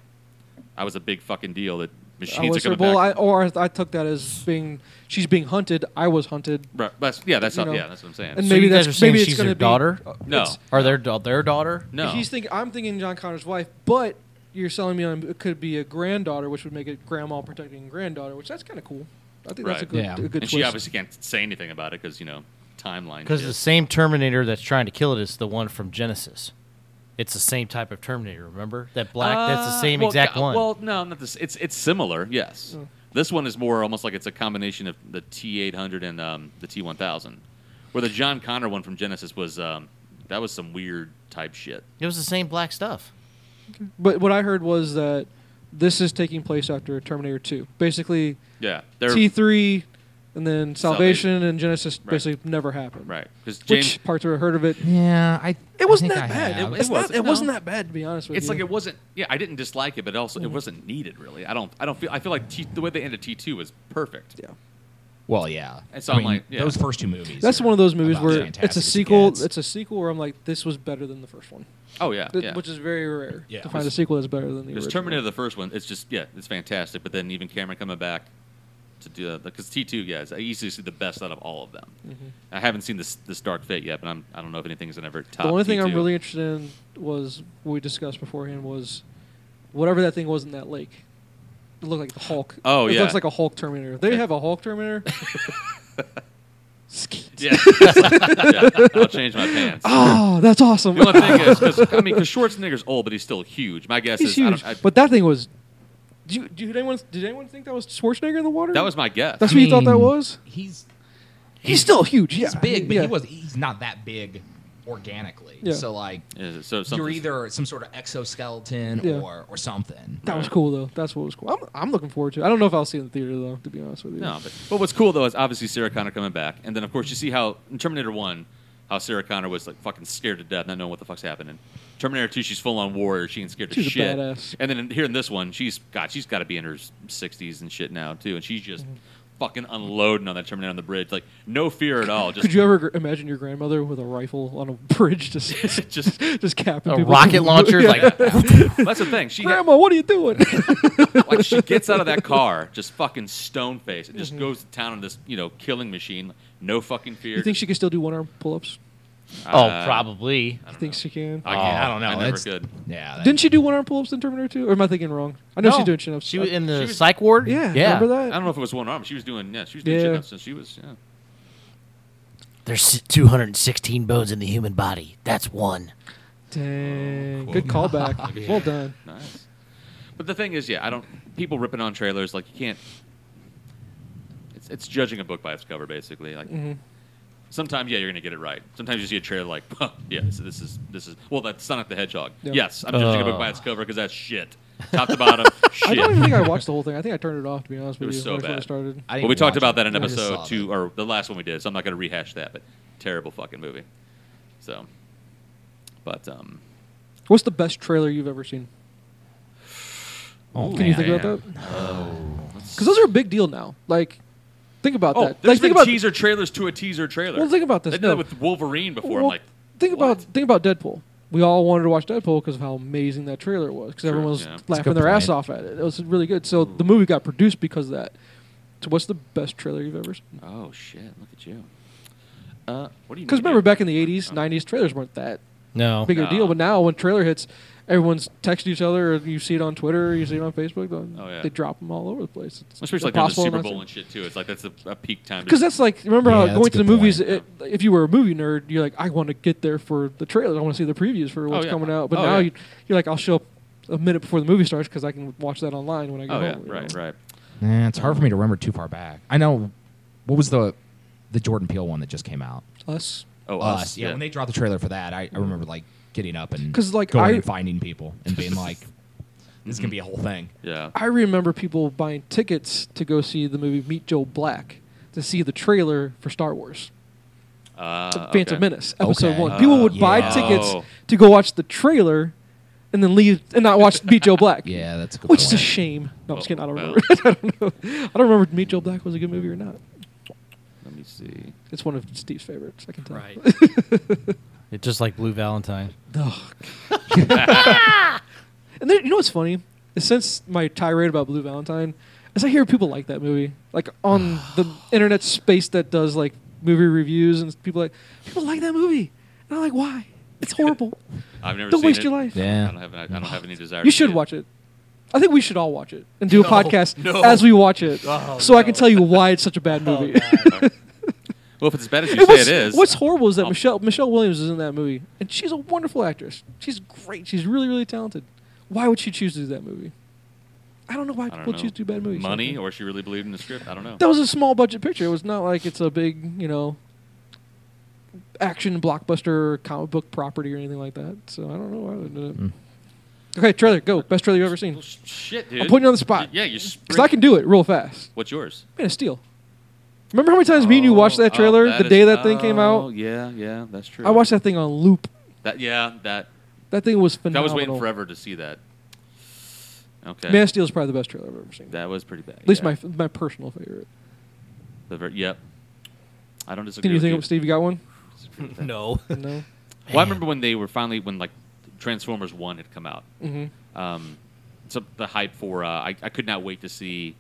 A: I was a big fucking deal that
C: I
A: machines are
C: was
A: coming
C: well, I,
A: back."
C: or I, I took that as being she's being hunted. I was hunted.
A: Right, that's, yeah, that's
C: you
A: not,
C: know.
A: yeah, that's what I'm saying.
C: And
B: So
C: maybe
B: you guys
C: that's
B: are saying
C: maybe it's
B: she's
C: gonna
B: their
C: be-
B: daughter?
C: uh,
A: No.
C: it's-
B: Or their da- their daughter?
A: no,
C: He's thinking. I'm thinking John Connor's wife, but you're selling me on it could be a granddaughter, which would make it grandma protecting granddaughter, which that's kind of cool. I think that's a
A: Right.
C: good,
E: Yeah.
C: a good
A: and
C: twist.
A: she obviously can't say anything about it because you know timeline.
B: Because
A: shit.
B: the same Terminator that's trying to kill it is the one from Genesis. It's the same type of Terminator. Remember that black? that's the
A: Uh,
B: same
A: well,
B: exact
A: ca-
B: one.
A: Well, no, not this. It's it's similar. Yes,
C: Hmm.
A: this one is more almost like it's a combination of the T eight hundred and um, the T one thousand, where the John Connor one from Genesis was um, that was some weird type shit.
B: it was the same black stuff.
C: But what I heard was that this is taking place after Terminator 2. Basically,
A: Yeah, they're
C: T3 and then Salvation,
A: Salvation.
C: and Genesis
A: Right.
C: basically never happened.
A: right because James.
C: Which parts of heard of it?
E: Yeah, I.
C: It wasn't that bad.
A: have.
C: It,
A: It
C: it's not,
A: wasn't,
C: it wasn't
A: no.
C: that bad, to be honest with
A: It's
C: you.
A: like it wasn't. Yeah, I didn't dislike it, but also
C: Hmm.
A: it wasn't needed really. I don't. I don't feel. I feel like T, the way they ended T two was perfect.
C: Yeah.
E: well, yeah.
A: And so I'm like, yeah.
E: those first two movies.
C: That's
E: are
C: one of those movies
E: about
C: where
E: fantastic
C: it's a
E: as it
C: sequel.
E: gets.
C: It's a sequel where I'm like, this was better than the first one,
A: Oh yeah,
C: Th-
A: yeah.
C: which is very rare
E: Yeah.
C: to find a sequel that's better than the
A: Because
C: original.
A: Terminator, the first one, it's just yeah, it's fantastic. But then even Cameron coming back to do that because T two guys, I easily see the best out of all of them.
C: Mm-hmm.
A: I haven't seen this this Dark Fate yet, but I'm I don't know if anything's gonna ever top.
C: The only thing I'm
A: T2.
C: really interested in was what we discussed beforehand was whatever that thing was in that lake. It looked like the Hulk.
A: Oh,
C: it
A: yeah.
C: looks like a Hulk Terminator. If They
A: Okay.
C: have a Hulk Terminator. Skeet.
A: yeah. Yeah, I'll change my pants.
C: Oh, that's awesome.
A: The only thing is, 'cause- I mean, because Schwarzenegger's old, but he's still huge. My guess
C: He's
A: is,
C: huge.
A: I don't, I,
C: but that thing was. Did, you, did anyone did anyone think that was Schwarzenegger in the water?
A: that was my guess.
C: That's
E: I
C: what you thought that
E: mean,
C: was.
E: He's
C: Hmm. He's still huge. Yeah,
E: he's big, but
C: yeah.
E: he was he's not that big organically.
C: Yeah.
E: So like
A: Yeah, so
E: you're
A: something's-
E: either some sort of exoskeleton
C: Yeah.
E: or or something.
A: Oh,
C: That was cool though. That's what was cool. I'm, I'm looking forward to. it. I don't know if I'll see it in the theater though. To be honest with you.
A: No, but, but what's cool though is obviously Sarah Connor coming back, and then of course you see how in Terminator One, how Sarah Connor was like fucking scared to death, not knowing what the fuck's happening. Terminator Two, she's full on warrior, she ain't scared
C: She's
A: of
C: a
A: shit.
C: badass.
A: And then in, here in this one, she's God, she's got to be in her sixties and shit now too, and she's just
C: Mm-hmm.
A: fucking unloading on that Terminator on the bridge, like no fear at all. Just
C: Could you ever gr- imagine your grandmother with a rifle on a bridge, just
A: Just-
C: just just capping
B: A
C: people?
B: rocket launcher,
C: Yeah.
B: like
A: that's the thing. She
C: Grandma, what are you doing?
A: like she gets out of that car, just fucking stone faced, and
C: Mm-hmm.
A: just goes to town on this you know killing machine, no fucking fear.
C: you think she can still do one arm pull ups?
B: oh,
A: Uh, I
B: probably.
C: You
A: don't
C: think
A: know.
C: she can?
A: I, can't,
E: Oh, I don't know.
A: I never
E: That's-
A: could.
E: Yeah. that-
C: Didn't she do one arm pull ups in Terminator 2? Or am I thinking wrong? I know she's doing chin ups.
B: She was in
A: she
B: the
A: was-
B: psych ward.
C: Uh, yeah,
B: yeah.
C: Remember that?
A: I don't know if it was one arm. She was doing yeah, she was doing
C: Yeah.
A: chin-ups and she was yeah.
B: There's 216 bones in the human body. That's one.
C: Dang.
A: Oh, Cool.
C: Good callback.
A: Yeah.
C: Well done.
A: Nice. But the thing is, yeah, I don't. People ripping on trailers like you can't. It's it's judging a book by its cover, basically. Like
C: hmm
A: sometimes, yeah, you're gonna get it right. Sometimes you see a trailer like, huh, yeah, so this is this is well, that's Sonic the Hedgehog.
C: Yeah.
A: Yes, I'm judging a book by
E: Oh.
B: Ugh.
A: its cover because that's shit, top to bottom,
C: I
A: shit.
C: don't even think I watched the whole thing. I think I turned it off to be honest
A: It
C: with
A: was
C: you.
A: so
C: when I first
A: bad.
C: started.
E: I didn't
A: well, we talked
E: watch
A: about
E: it.
A: that in
E: I just
A: episode
E: saw
A: two
E: that.
A: or the last one we did, so I'm not going to rehash that. But terrible fucking movie. So, but um,
C: What's the best trailer you've ever seen?
E: Oh,
C: Can you
E: man.
C: think about
A: man.
C: that?
A: Oh,
C: Because those are a big deal now. Like, think about
A: oh,
C: that.
A: there's
C: Like,
A: been
C: think about
A: teaser trailers to a teaser trailer.
C: Well, think about this,
A: They did
C: no.
A: that with Wolverine before. I'm
C: Well,
A: like,
C: think about
A: what?
C: think about Deadpool. We all wanted to watch Deadpool because of how amazing that trailer was. Because
A: True,
C: everyone was
A: yeah. It's a Hmm.
C: laughing
E: good
C: their ass
E: point.
C: off at it. It was really good. So the movie got produced because of that. So what's the best trailer you've ever seen?
A: Oh shit! Look at you. Uh, what do you?
C: Because
A: mean,
C: remember
A: dude?
C: back in the '80s,
A: Oh.
C: '90s, trailers weren't that
B: No.
C: big a
A: Nah.
C: deal. But now when trailer hits, everyone's texting each other. Or you see it on Twitter. Or you see it on Facebook.
A: Oh, yeah.
C: They drop them all over the place. It's
A: especially like during the
C: impossible
A: Super
C: not to-
A: Bowl and shit too. It's like that's a, a peak time. to-
C: Because that's like, remember
E: Yeah,
C: how
E: that's
C: going
E: a
C: to the
E: good
C: movies,
E: point.
C: it, if you were a movie nerd, you're like, I want to get there for the trailer. I want to see the previews for what's
A: yeah.
C: coming out. But
A: Oh,
C: now
A: yeah.
C: you, you're like, I'll show up a minute before the movie starts because I can watch that online when I go
A: oh yeah,
C: home. you
A: right,
C: know?
A: right.
E: Nah, it's hard for me to remember too far back. I know. What was the the Jordan Peele one that just came out?
C: Us.
A: Oh
E: Us.
A: us,
E: Uh, Yeah, When they dropped the trailer for that, I, I remember like getting up and
C: 'Cause, like,
E: going
C: I-
E: and finding people and being like, "This is gonna be a whole thing."
A: yeah.
C: I remember people buying tickets to go see the movie Meet Joe Black to see the trailer for Star Wars.
A: Uh,
C: Phantom
A: okay.
C: Menace, episode
E: Okay. Uh,
C: one. People would buy
E: Yeah.
C: tickets
A: Oh.
C: to go watch the trailer and then leave and not watch Meet Joe Black.
E: Yeah, that's a good
C: Which is
E: point.
C: a shame. No, I'm just kidding. I don't
A: Oh, Well.
C: remember. I don't know. I don't remember if Meet Joe Black was a good movie or not.
A: Let me see.
C: It's one of Steve's favorites. I can tell.
B: Right. It's just like Blue Valentine.
C: Ugh. and then, you know what's funny? Is Since my tirade about Blue Valentine, is I hear people like that movie, like on the internet space that does like movie reviews and people like people like that movie, and I'm like, why? It's horrible.
A: I've never.
C: Don't
A: seen
C: waste
A: it.
C: your life.
E: Yeah.
A: I don't have. I don't have any desire.
C: You
A: to
C: should
A: see
C: watch it. I think we should all watch it and do a
B: No,
C: podcast
B: no.
C: as we watch it,
B: Oh,
C: so I can
B: no. Oh,
C: tell you why it's such a bad movie.
A: Well, if it's as bad as you
C: And
A: say it
C: what's,
A: is, Oh.
C: what's horrible is that
A: I'll-
C: Michelle Michelle Williams is in that movie, and she's a wonderful actress. She's great. She's really really talented. Why would she choose to do that movie? I don't know why
A: I don't
C: people
A: know.
C: choose to do bad movies.
A: Money,
C: Like
A: or she really believed in the script. I don't know.
C: that. that was a small budget picture. It was not like it's a big you know action blockbuster or comic book property or anything like that. So I don't know why they did it.
A: Hmm.
E: Mm.
C: Okay, trailer go best trailer you've ever seen.
A: Well, sh- shit, dude.
C: putting you on the spot.
A: Yeah, you.
C: Because I can do it real fast.
A: What's yours?
C: Man of Steel. Remember how many times me and you watched that
A: Oh,
C: trailer the
A: is-
C: day that thing came
A: oh,
C: out?
A: Yeah, yeah, that's true.
C: I watched that thing on loop.
A: That, yeah, that.
C: That thing was
A: I
C: phenomenal.
A: was waiting forever to see that. Okay.
C: Man of Steel is probably the best trailer I've ever seen.
A: that was pretty bad.
C: At least
A: yeah.
C: my my personal favorite.
A: The ver- yep. I don't disagree.
C: Did you
A: with
C: think
A: you.
C: of Steve? You got one?
A: Disagree with that.
B: No.
C: No.
A: Well, I remember when they were finally when like Transformers One had come out.
C: mm-hmm.
A: Um, so the hype for uh, I, I could not wait to see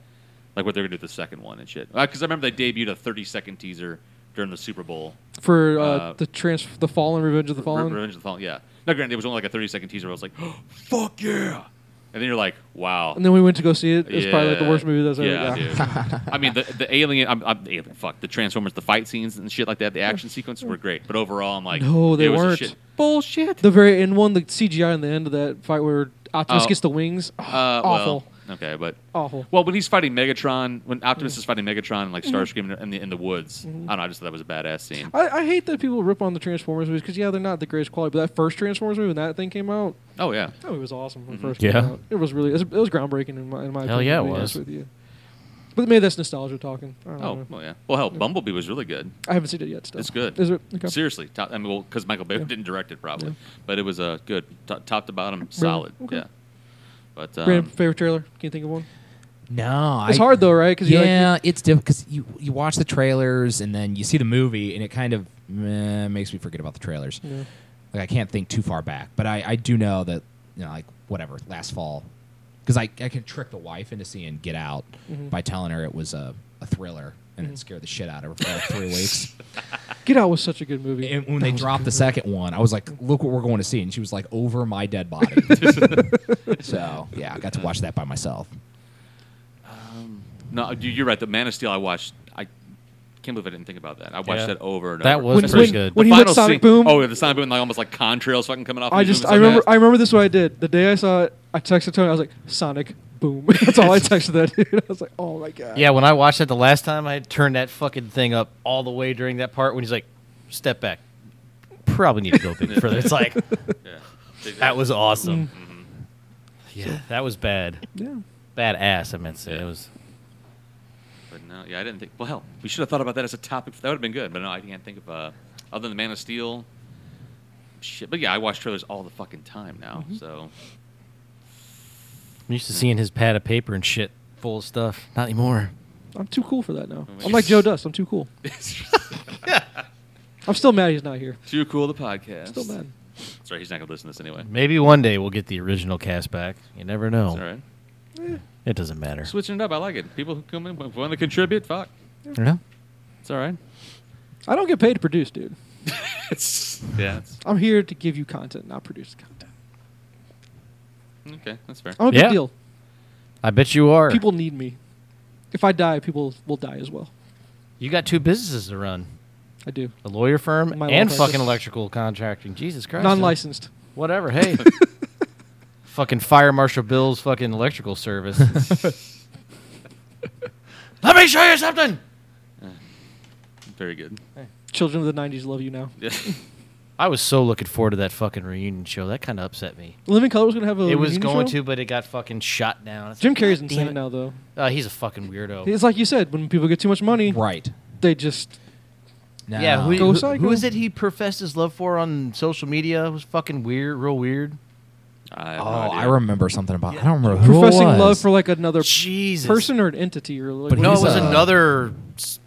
A: like what they're gonna do with the second one and shit. Because I remember they debuted a 30 second teaser during the Super Bowl.
C: For uh,
A: Uh,
C: the trans, the Fallen, Revenge of the
A: Re-
C: Fallen.
A: Revenge of the Fallen. Yeah. No, granted, it was only like a 30 second teaser. Where I was like, fuck yeah. And then you're like, wow.
C: and then we went to go see it. It was probably like the
A: Yeah.
C: worst movie that's ever.
A: Yeah,
C: yeah.
A: dude. I mean, the, the alien, I'm, I'm the alien. Fuck the Transformers, the fight scenes and shit like that. The action sequences were great, but overall, I'm like,
C: No, they
A: it was a
C: weren't.
A: shit- Bullshit.
C: The very end one, the CGI in the end of that fight where Optimus
A: Oh.
C: gets the wings. Oh,
A: uh,
C: awful,
A: Well, okay, but
C: awful.
A: well, when he's fighting Megatron, when
C: Mm.
A: Optimus is fighting Megatron and like Starscream in the in the woods, I don't know. I just thought that was a badass scene.
C: Mm-hmm. I, I hate that people rip on the Transformers movies because yeah, they're not the greatest quality. But that first Transformers movie when that thing came out,
A: Oh yeah,
C: that movie was awesome
A: Mm-hmm.
C: when it first
B: Yeah.
C: came out. It was really it was, it was groundbreaking in my in my
B: Hell
C: opinion,
B: yeah,
C: to
B: it
C: be honest
B: was.
C: With you. But maybe that's nostalgia talking. I don't
A: oh
C: know.
A: well, yeah. Well, hell, Bumblebee was really good.
C: I haven't seen it yet. Still,
A: It's good.
C: Is it? Okay.
A: Seriously, top, I mean, well, because Michael Bay
C: Yeah.
A: didn't direct it probably,
C: Yeah.
A: but it was uh, good, T- top to bottom, solid.
C: Okay.
A: Yeah. But um,
C: Brandon, favorite trailer? Can you think of one?
E: No,
C: It's
E: I-
C: hard though, right? 'Cause you're like-
E: yeah, it's difficult because you you watch the trailers and then you see the movie and it kind of meh, makes me forget about the trailers.
C: Yeah.
E: Like I can't think too far back, but I I do know that you know like whatever last fall because I I can trick the wife into seeing Get Out
C: Mhm.
E: by telling her it was a, a thriller and
C: Mhm.
E: it scared the shit out of her for like three weeks.
C: Get Out was such a good movie.
E: And when they dropped the second one, I was like, "Look what we're going to see," and she was like, "Over my dead body." so yeah, I got to watch that by myself.
A: uh, No, you- you're right. The Man of Steel I watched, I can't believe I didn't think about that. I watched
B: Yeah.
A: that over and
B: That
A: over.
B: was
C: When-
B: pretty
C: when-
B: good.
C: when
A: The
C: he went
A: final
C: Sonic
A: scene-
C: Boom-
A: Oh, yeah, the Sonic Boom, like almost like contrails fucking coming off.
C: I
A: his
C: just
A: zoom
C: I
A: so
C: remember
A: fast.
C: I remember this what I did. The day I saw it, I texted Tony. I was like, Sonic, boom. That's all I texted that dude. I was like, oh my god.
B: Yeah, when I watched it the last time, I turned that fucking thing up all the way during that part when he's like, "Step back, probably need to go a bit further." It's like
A: Yeah. Mm-hmm. They did.
B: that was awesome.
C: Mm.
B: Yeah, that was bad,
C: Yeah.
B: badass. I meant to say it was.
A: But no, yeah, I didn't think. Well, hell, we should have thought about that as a topic. That would have been good. But no, I can't think of uh, other than Man of Steel. Shit, but yeah, I watch trailers all the fucking time now.
E: Mm-hmm.
A: So
B: I'm used to seeing his pad of paper and shit full of stuff. Not anymore.
C: I'm too cool for that now.
A: Oh my
C: I'm like
A: God.
C: Joe Dust. I'm too cool. I'm still mad he's not here.
A: too cool the podcast.
C: Still mad.
A: Sorry, he's not gonna listen to this anyway.
B: Maybe one day we'll get the original cast back. You never know.
A: It's all right.
B: It doesn't matter.
A: Switching it up, I like it. People who come in want to contribute. Fuck,
B: Yeah.
A: it's all right.
C: I don't get paid to produce, dude.
A: It's yeah, it's,
C: I'm here to give you content, not produce content.
A: okay, that's fair.
E: Oh.
C: I'm a
B: Yeah.
C: big deal.
B: I bet you are.
C: People need me. If I die, people will die as well.
B: you got two businesses to run:
C: I do.
B: a lawyer firm
C: My
B: and
C: law practice.
B: fucking electrical contracting. Jesus Christ.
C: Non-licensed.
B: Whatever. Hey. fucking fire marshal Bill's fucking electrical service. Let me show you something.
A: Very good.
C: Children of the '90s love you now.
A: Yeah.
B: I was so looking forward to that fucking reunion show. That kind of upset me.
C: Living Color was gonna have a.
B: it was
C: reunion
B: going
C: show?
B: to, but it got fucking shot down. It's
C: Jim
B: like,
C: Carrey's
B: "God
C: insane
B: damn it."
C: now, though.
B: Uh, he's a fucking weirdo.
C: It's like you said, when people get too much money,
E: Right.
C: they just
E: No.
B: Yeah, who,
C: Go
B: who-
C: psycho.
B: who is it he professed his love for on social media? It was fucking weird, real weird.
A: I have
E: Oh,
A: no idea.
E: I remember something about. I don't remember who
C: professing
E: it was.
C: love for like another
B: Jesus.
C: person uh, or an entity or like
E: But
B: No, it
E: He's
B: was
E: a-
B: another c-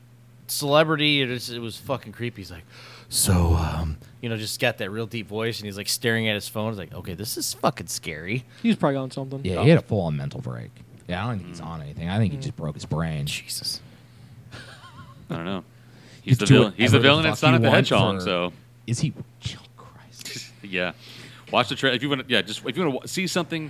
B: celebrity. It was, it was fucking creepy. He's like, so, um, you know, just got that real deep voice, and he's like staring at his phone. He's like, okay, this is fucking scary.
C: he's probably on something.
E: Yeah,
A: Oh.
E: he had a full on mental break. Yeah, I don't think he's
A: Mm.
E: on anything. I think he just broke his brain.
B: Jesus.
A: I don't know.
E: He's
A: He's the
E: doing
A: villain. He's the
E: whatever the
A: villain in
E: fuck
A: Sonic
E: you
A: the
E: want
A: Hedgehog.
E: for-
A: So
E: Is he? Oh, Christ.
A: Yeah, watch the trailer. If you want to, yeah, just if you want to see something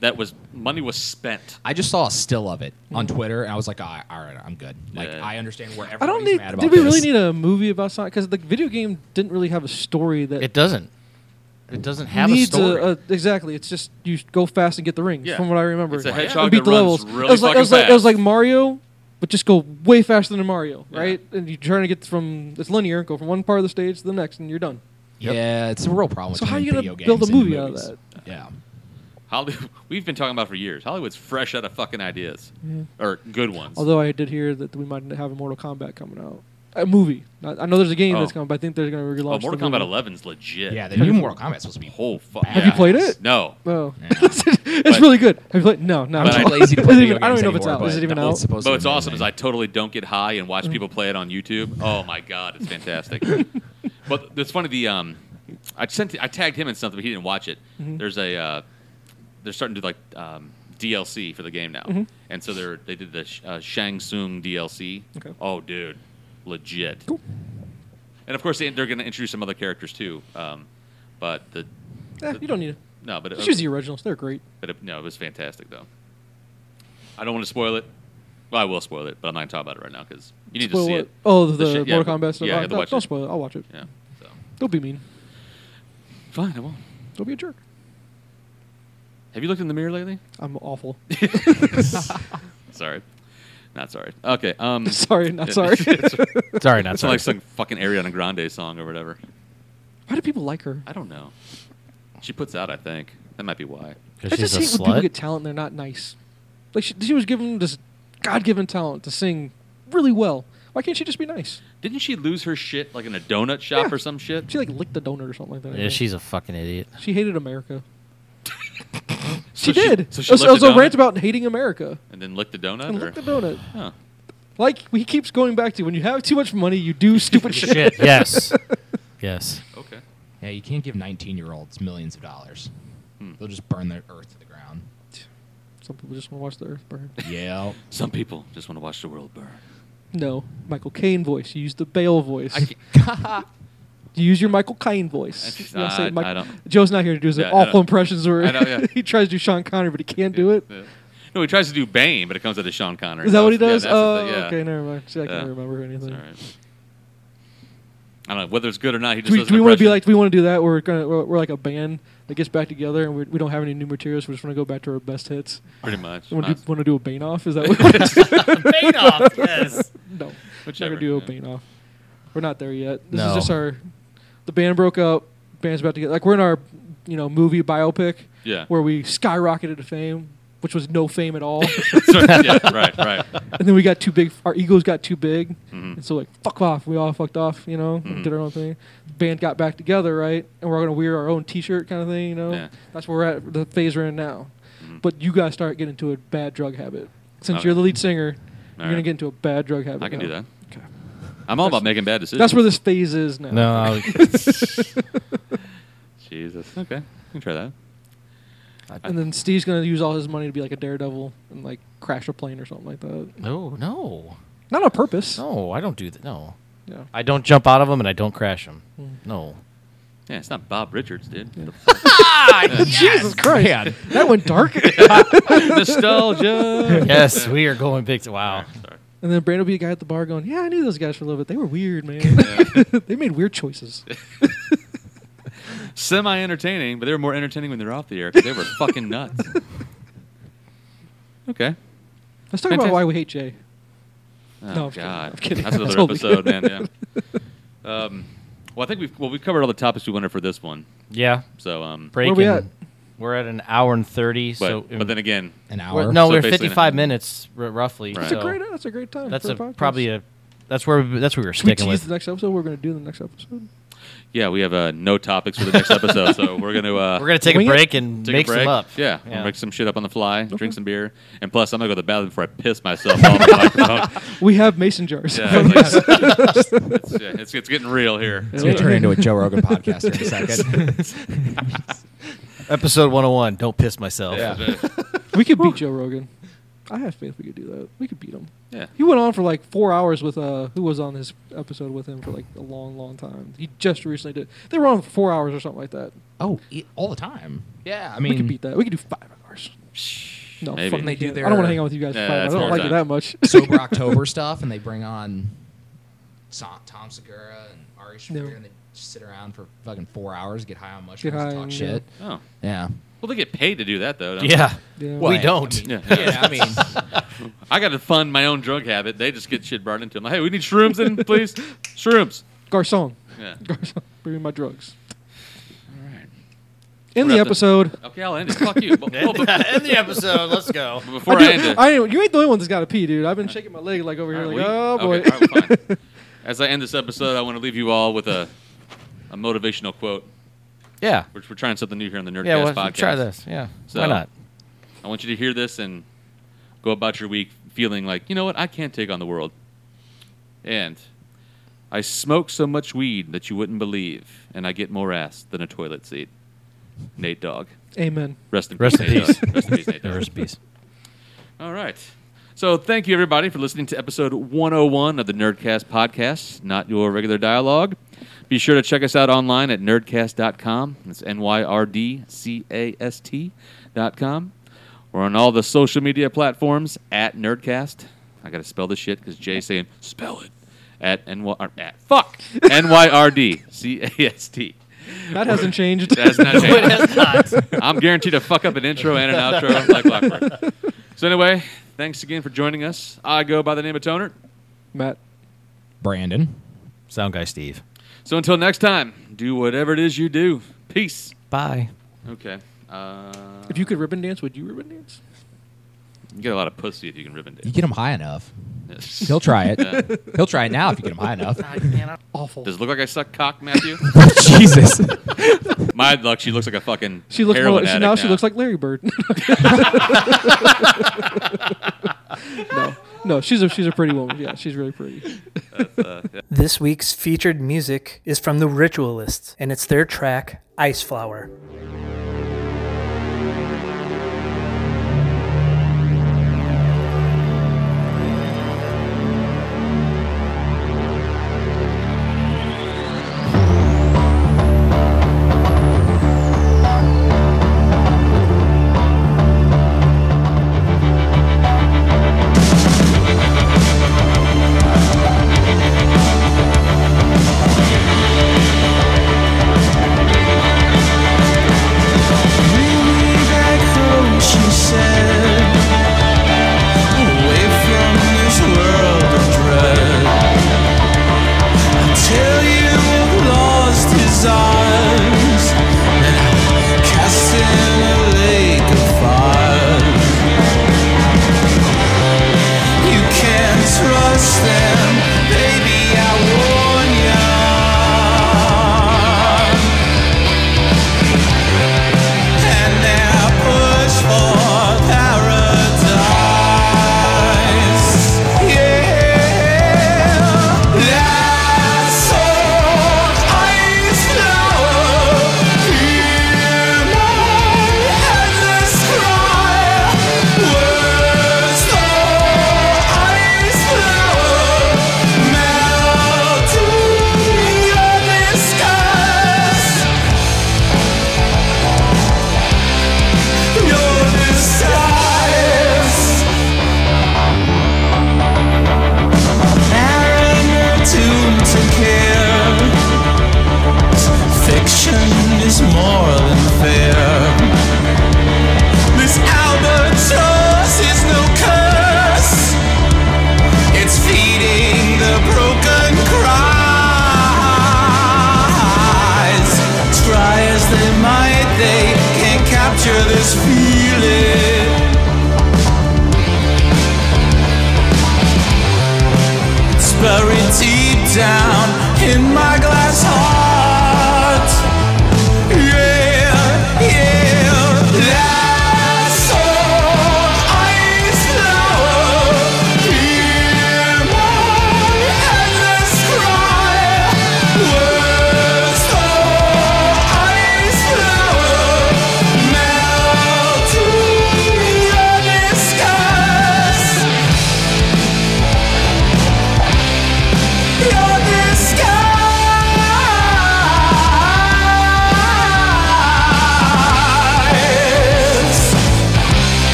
A: that was money was spent.
E: I just saw a still of it on Twitter, and I was like, all right, all right I'm good. Like,
A: Mm. Yeah.
E: I understand where
C: I
E: everybody's
C: don't need.
E: mad about
C: Did we really
E: this.
C: need a movie about Sonic? Because the video game didn't really have a story that
B: It doesn't. It doesn't have a
C: needs
B: story.
C: uh, exactly. It's just you go fast and get the rings.
A: Yeah.
C: From what I remember,
A: It's a
C: And
A: hedgehog
C: beat
A: that
C: the
A: runs
C: levels.
A: really
C: it was like it
A: fucking
C: was like it was
A: fast.
C: like Mario, but just go way faster than Mario,
A: Yeah.
C: right? And you're trying to get from it's linear, go from one part of the stage to the next, and you're done.
B: Yep.
E: Yeah, it's a real problem.
C: So
E: with
C: how
E: turning
C: you gonna
E: video
C: build
E: games
C: a
E: into
C: movie out of
E: movies.
C: that?
E: Yeah.
A: Hollywood, we've been talking about for years. Hollywood's fresh out of fucking ideas or good ones.
C: Although I did hear that we might have a Mortal Kombat coming out, a movie. I I know there's a game
A: Oh.
C: that's coming, but I think they're going to relaunch.
A: oh, Mortal
C: the
A: Kombat
C: movie.
A: 11's legit.
E: Yeah, the new Mortal Kombat's supposed to be.
A: whole fuck.
E: Have
C: you played it?
A: No.
C: Oh,
E: Yeah.
C: it's
A: But-
C: really good. Have you played? No, no.
E: I'm
A: But
E: too
A: I-
E: lazy to play
C: Is it
E: video
C: even- I don't even
E: games
C: know if it's
E: anymore,
C: out. Is it
E: but
C: even
E: it's
C: out?
E: supposed
A: But
E: to
A: what's
E: be
A: awesome is I
E: amazing.
A: totally don't get high and watch
C: Mm.
A: people play it on YouTube. Oh my god, it's fantastic. but it's funny the um, I sent I tagged him in something, but he didn't watch it.
C: Mm-hmm.
A: There's a uh, they're starting to do like um, DLC for the game now,
C: Mm-hmm.
A: and so they're they did the sh- uh, Shang Tsung DLC.
C: Okay.
A: Oh dude, legit.
C: Cool.
A: And of course they, they're going to introduce some other characters too. Um, but the
C: Eh, you don't need it.
A: no, but it,
C: Just use the originals. They're great.
A: but it, no, it was fantastic though. I don't want to spoil it. Well, I will spoil it, but I'm not going to talk about it right now because you need
C: Spoil
A: to see
C: what?
A: it.
C: Oh, the,
A: shit- yeah,
C: Mortal Kombat stuff.
A: Yeah,
C: Oh,
A: I gotta
C: don't,
A: watch
C: don't
A: it.
C: spoil it. I'll watch it.
A: Yeah. So.
C: Don't be mean.
A: Fine, I won't.
C: Don't be a jerk.
A: Have you looked in the mirror lately?
C: I'm awful.
A: Sorry. Not sorry. Okay. Um,
C: sorry, not sorry.
A: it's
B: sorry, not
A: it's
B: sorry.
A: like some fucking Ariana Grande song or whatever.
C: why do people like her?
A: I don't know. She puts out, I think. That might be why.
B: 'Cause
C: I
B: she's
C: just
B: a
C: hate when people
B: slut.
C: get talent and they're not nice. Like she, she was given this God-given talent to sing really well. Why can't she just be nice?
A: Didn't she lose her shit like in a donut shop
C: Yeah.
A: or some shit?
C: She like licked the donut or something like that. I
B: yeah,
C: think.
B: she's a fucking idiot.
C: She hated America.
A: So
C: she did. Oh,
A: so
C: So
A: she
C: it was, it
A: licked
C: was
A: a
C: a rant
A: donut?
C: about hating America.
A: And then licked the donut?
C: And
A: or?
C: licked the donut.
A: Huh.
C: Like he keeps going back to when you have too much money, you do stupid shit.
B: Shit. Yes. yes.
A: Okay.
E: Yeah, you can't give 19 year olds millions of dollars.
A: Hmm.
E: They'll just burn their earth to the ground.
C: Some people just want to watch the earth burn.
E: Yeah.
A: Some people just want to watch the world burn.
C: No, Michael Caine voice. You use the Bale voice.
A: I can't-
C: You use your Michael Caine voice.
A: I-
C: You know what I'm saying?
A: I- I don't-
C: Joe's not here to do his
A: Yeah, I
C: awful
A: don't-
C: impressions. Where
A: I know, yeah.
C: he tries to do Sean Connery, but he can't do it.
A: Yeah. No, he tries to do Bane, but it comes out as Sean Connery.
C: Is that what he
A: Yeah,
C: does?
A: that's the
C: oh,
A: thing, yeah.
C: okay, never mind. See, I can't
A: Yeah.
C: remember
A: It's
C: anything.
A: all right. I don't know whether it's good or not. He just
C: Do we,
A: does
C: do
A: an
C: we want to be
A: impression.
C: like? Do we want to do that? We're gonna we're, we're like a band that gets back together and we, we don't have any new materials. We just want to go back to our best hits.
A: pretty much.
C: Want
A: Nice.
C: to want to do a bane off? Is that what? we're doing?
B: Bane off, yes.
C: no,
A: Whichever,
C: we're not gonna
A: yeah.
C: do a bane off. We're not there yet. This
B: No.
C: is just our. The band broke up. Band's about to get like we're in our, you know, movie biopic
A: Yeah.
C: where we skyrocketed to fame, which was no fame at all.
A: Sorry, yeah, right, right.
C: and then we got too big. Our egos got too big,
A: Mhm.
C: and so like fuck off. We all fucked off, you know.
A: Mhm.
C: Did our own thing. Band got back together, right? And we're all gonna wear our own T-shirt kind of thing, you know.
A: Yeah.
C: That's where we're at. The phase we're in now.
A: Mhm.
C: But you guys start getting into a bad drug habit. Since
A: Okay.
C: you're the lead singer,
A: All
C: you're gonna
A: right.
C: get into a bad drug habit.
A: I can
C: now.
A: do that.
C: Okay.
A: I'm all
C: That's-
A: about making bad decisions.
C: That's where this phase is now.
B: No, I'll-
A: Jesus. Okay, you can try that.
C: and then Steve's gonna use all his money to be like a daredevil and like crash a plane or something like that.
B: no, no,
C: Not on purpose.
B: no. I don't do that. No,
C: Yeah.
B: I don't jump out of them and I don't crash them.
C: Hmm.
B: No.
A: Yeah, it's not Bob Richards, dude.
C: Ah, Jesus Christ,
E: Man.
C: that went dark.
A: Nostalgia.
B: yes, we are going big. Wow.
A: Sorry.
C: And then Brandon will be a guy at the bar going, Yeah, I knew those guys for a little bit. They were weird, man. they made weird choices.
A: Semi entertaining, but they were more entertaining when they were off the air because they were fucking nuts. Okay.
C: Let's talk
A: Fantastic.
C: about why we hate Jay.
A: Oh,
C: No, I'm kidding.
A: God.
C: I'm kidding.
A: That's another
C: Totally.
A: episode, man. Yeah. Um, well, I think we've well we've covered all the topics we wanted for this one.
B: Yeah.
A: So um,
B: Break.
C: we
B: in-
C: at?
B: We're at an hour and thirty.
A: but,
B: so
A: but then again,
E: An
B: we're-
E: hour.
B: no,
A: So
B: we're
A: basically-
B: fifty-five minutes r- roughly.
A: Right.
C: That's
B: so
C: a great that's a great time.
B: That's
C: for
B: a,
C: podcast.
B: probably a. That's where we, that's where we were
C: Should we
B: sticking
C: tease
B: with.
C: the next episode? We're going to do in the next episode.
A: yeah, we have uh, no topics for the next episode, so we're gonna uh,
B: We're gonna take a
C: Wing it?
B: break and
A: Take
B: make
A: a break.
B: some up.
A: Yeah, I'll make some shit up on the fly, drink some beer, and plus I'm gonna go to the bathroom before I piss myself on the microphone.
C: We have mason jars.
A: Oh, Yeah, it's, like- it's- yeah, it's, it's getting real here.
E: It's going to turn into a Joe Rogan podcast in a second.
B: Episode one hundred and one. Don't piss myself.
A: Yeah,
C: we could beat Joe Rogan. I have faith we could do that. We could beat him.
A: yeah.
C: He went on for like four hours with uh, who was on his episode with him for like a long, long time. He just recently did. They were on for four hours or something like that.
E: oh, e- all the time. Yeah, I
C: we could
E: mean,
C: beat that. We could do five hours. No,
A: Maybe.
C: fuck,
A: They
C: we
E: do
C: can't.
E: their-
C: I don't want to hang out with you guys. for
A: Yeah,
C: five hours.
A: that's
C: I don't
A: more
C: like
A: time.
C: it that much.
E: sober October stuff, and they bring on Sa- Tom Segura and Ari Shafir,
C: No.
E: and they just sit around for fucking four hours, get high on mushrooms,
C: Get high
E: and talk
C: and,
E: shit.
A: Oh,
E: Yeah.
A: well, they get paid to do that though. don't they?
B: Yeah.
C: Yeah.
B: Well, We don't.
E: I mean,
A: Yeah.
E: yeah. I mean,
A: I got to fund my own drug habit. They just get shit brought into them. Like, hey, we need shrooms in, please. Shrooms.
C: Garcon.
A: Yeah.
C: Garcon. Bring me my drugs.
A: All right.
C: In
A: We're
C: the
A: up to-
C: episode.
A: Okay, I'll end it. Fuck you. But- oh, but-
B: End the episode. Let's go.
A: but before I,
C: I,
A: end
C: do,
A: it,
C: I ain't- you ain't the only one that's got to pee, dude. I've been shaking my leg like over
A: All right,
C: here, like
A: we-
C: oh boy.
A: okay, all right, well, fine. As I end this episode, I want to leave you all with a, a motivational quote.
B: Yeah.
A: We're, we're trying something new here on the Nerdcast
B: Yeah. Well,
A: podcast.
B: try this. Yeah.
A: So-
B: Why not?
A: I want you to hear this and go about your week feeling like, you know what, I can't take on the world. And I smoke so much weed that you wouldn't believe, and I get more ass than a toilet seat. Nate Dog.
C: Amen.
A: Rest in
B: Rest
A: peace.
B: in
A: Nate
B: peace.
A: Dogg. Rest in peace, Nate Dogg.
B: Rest in peace.
A: All right. So thank you everybody for listening to episode 101 of the Nerdcast podcast, not your regular dialogue. Be sure to check us out online at nerdcast.com. That's n y r d c a s t dot com. We're on all the social media platforms at Nerdcast. I got to spell this shit because Jay's saying spell it at n y r at fuck n y r d c a s t.
C: That hasn't changed.
A: That's not
B: No, it has not.
A: I'm guaranteed to fuck up an intro and an outro like clockwork. So anyway, thanks again for joining us. I go by the name of Toner.
C: Matt.
E: Brandon.
B: Sound guy Steve.
A: So until next time, do whatever it is you do. Peace.
B: Bye.
A: Okay. Uh,
C: If you could ribbon dance, would you ribbon dance?
A: you get a lot of pussy if you can ribbon
E: You
A: dance.
E: get him high enough.
A: Yes.
E: He'll try it.
A: Yeah.
E: He'll try it now if you get him high enough.
C: Awful.
A: Does it look like I suck cock, Matthew?
E: Jesus.
A: My luck, she looks like a fucking
C: She looks more,
A: heroin
C: she,
A: addict
C: now she looks like Larry Bird. no, no, she's a she's a pretty woman. Yeah, she's really pretty.
D: This week's featured music is from The Ritualists, and it's their track, Ice Flower.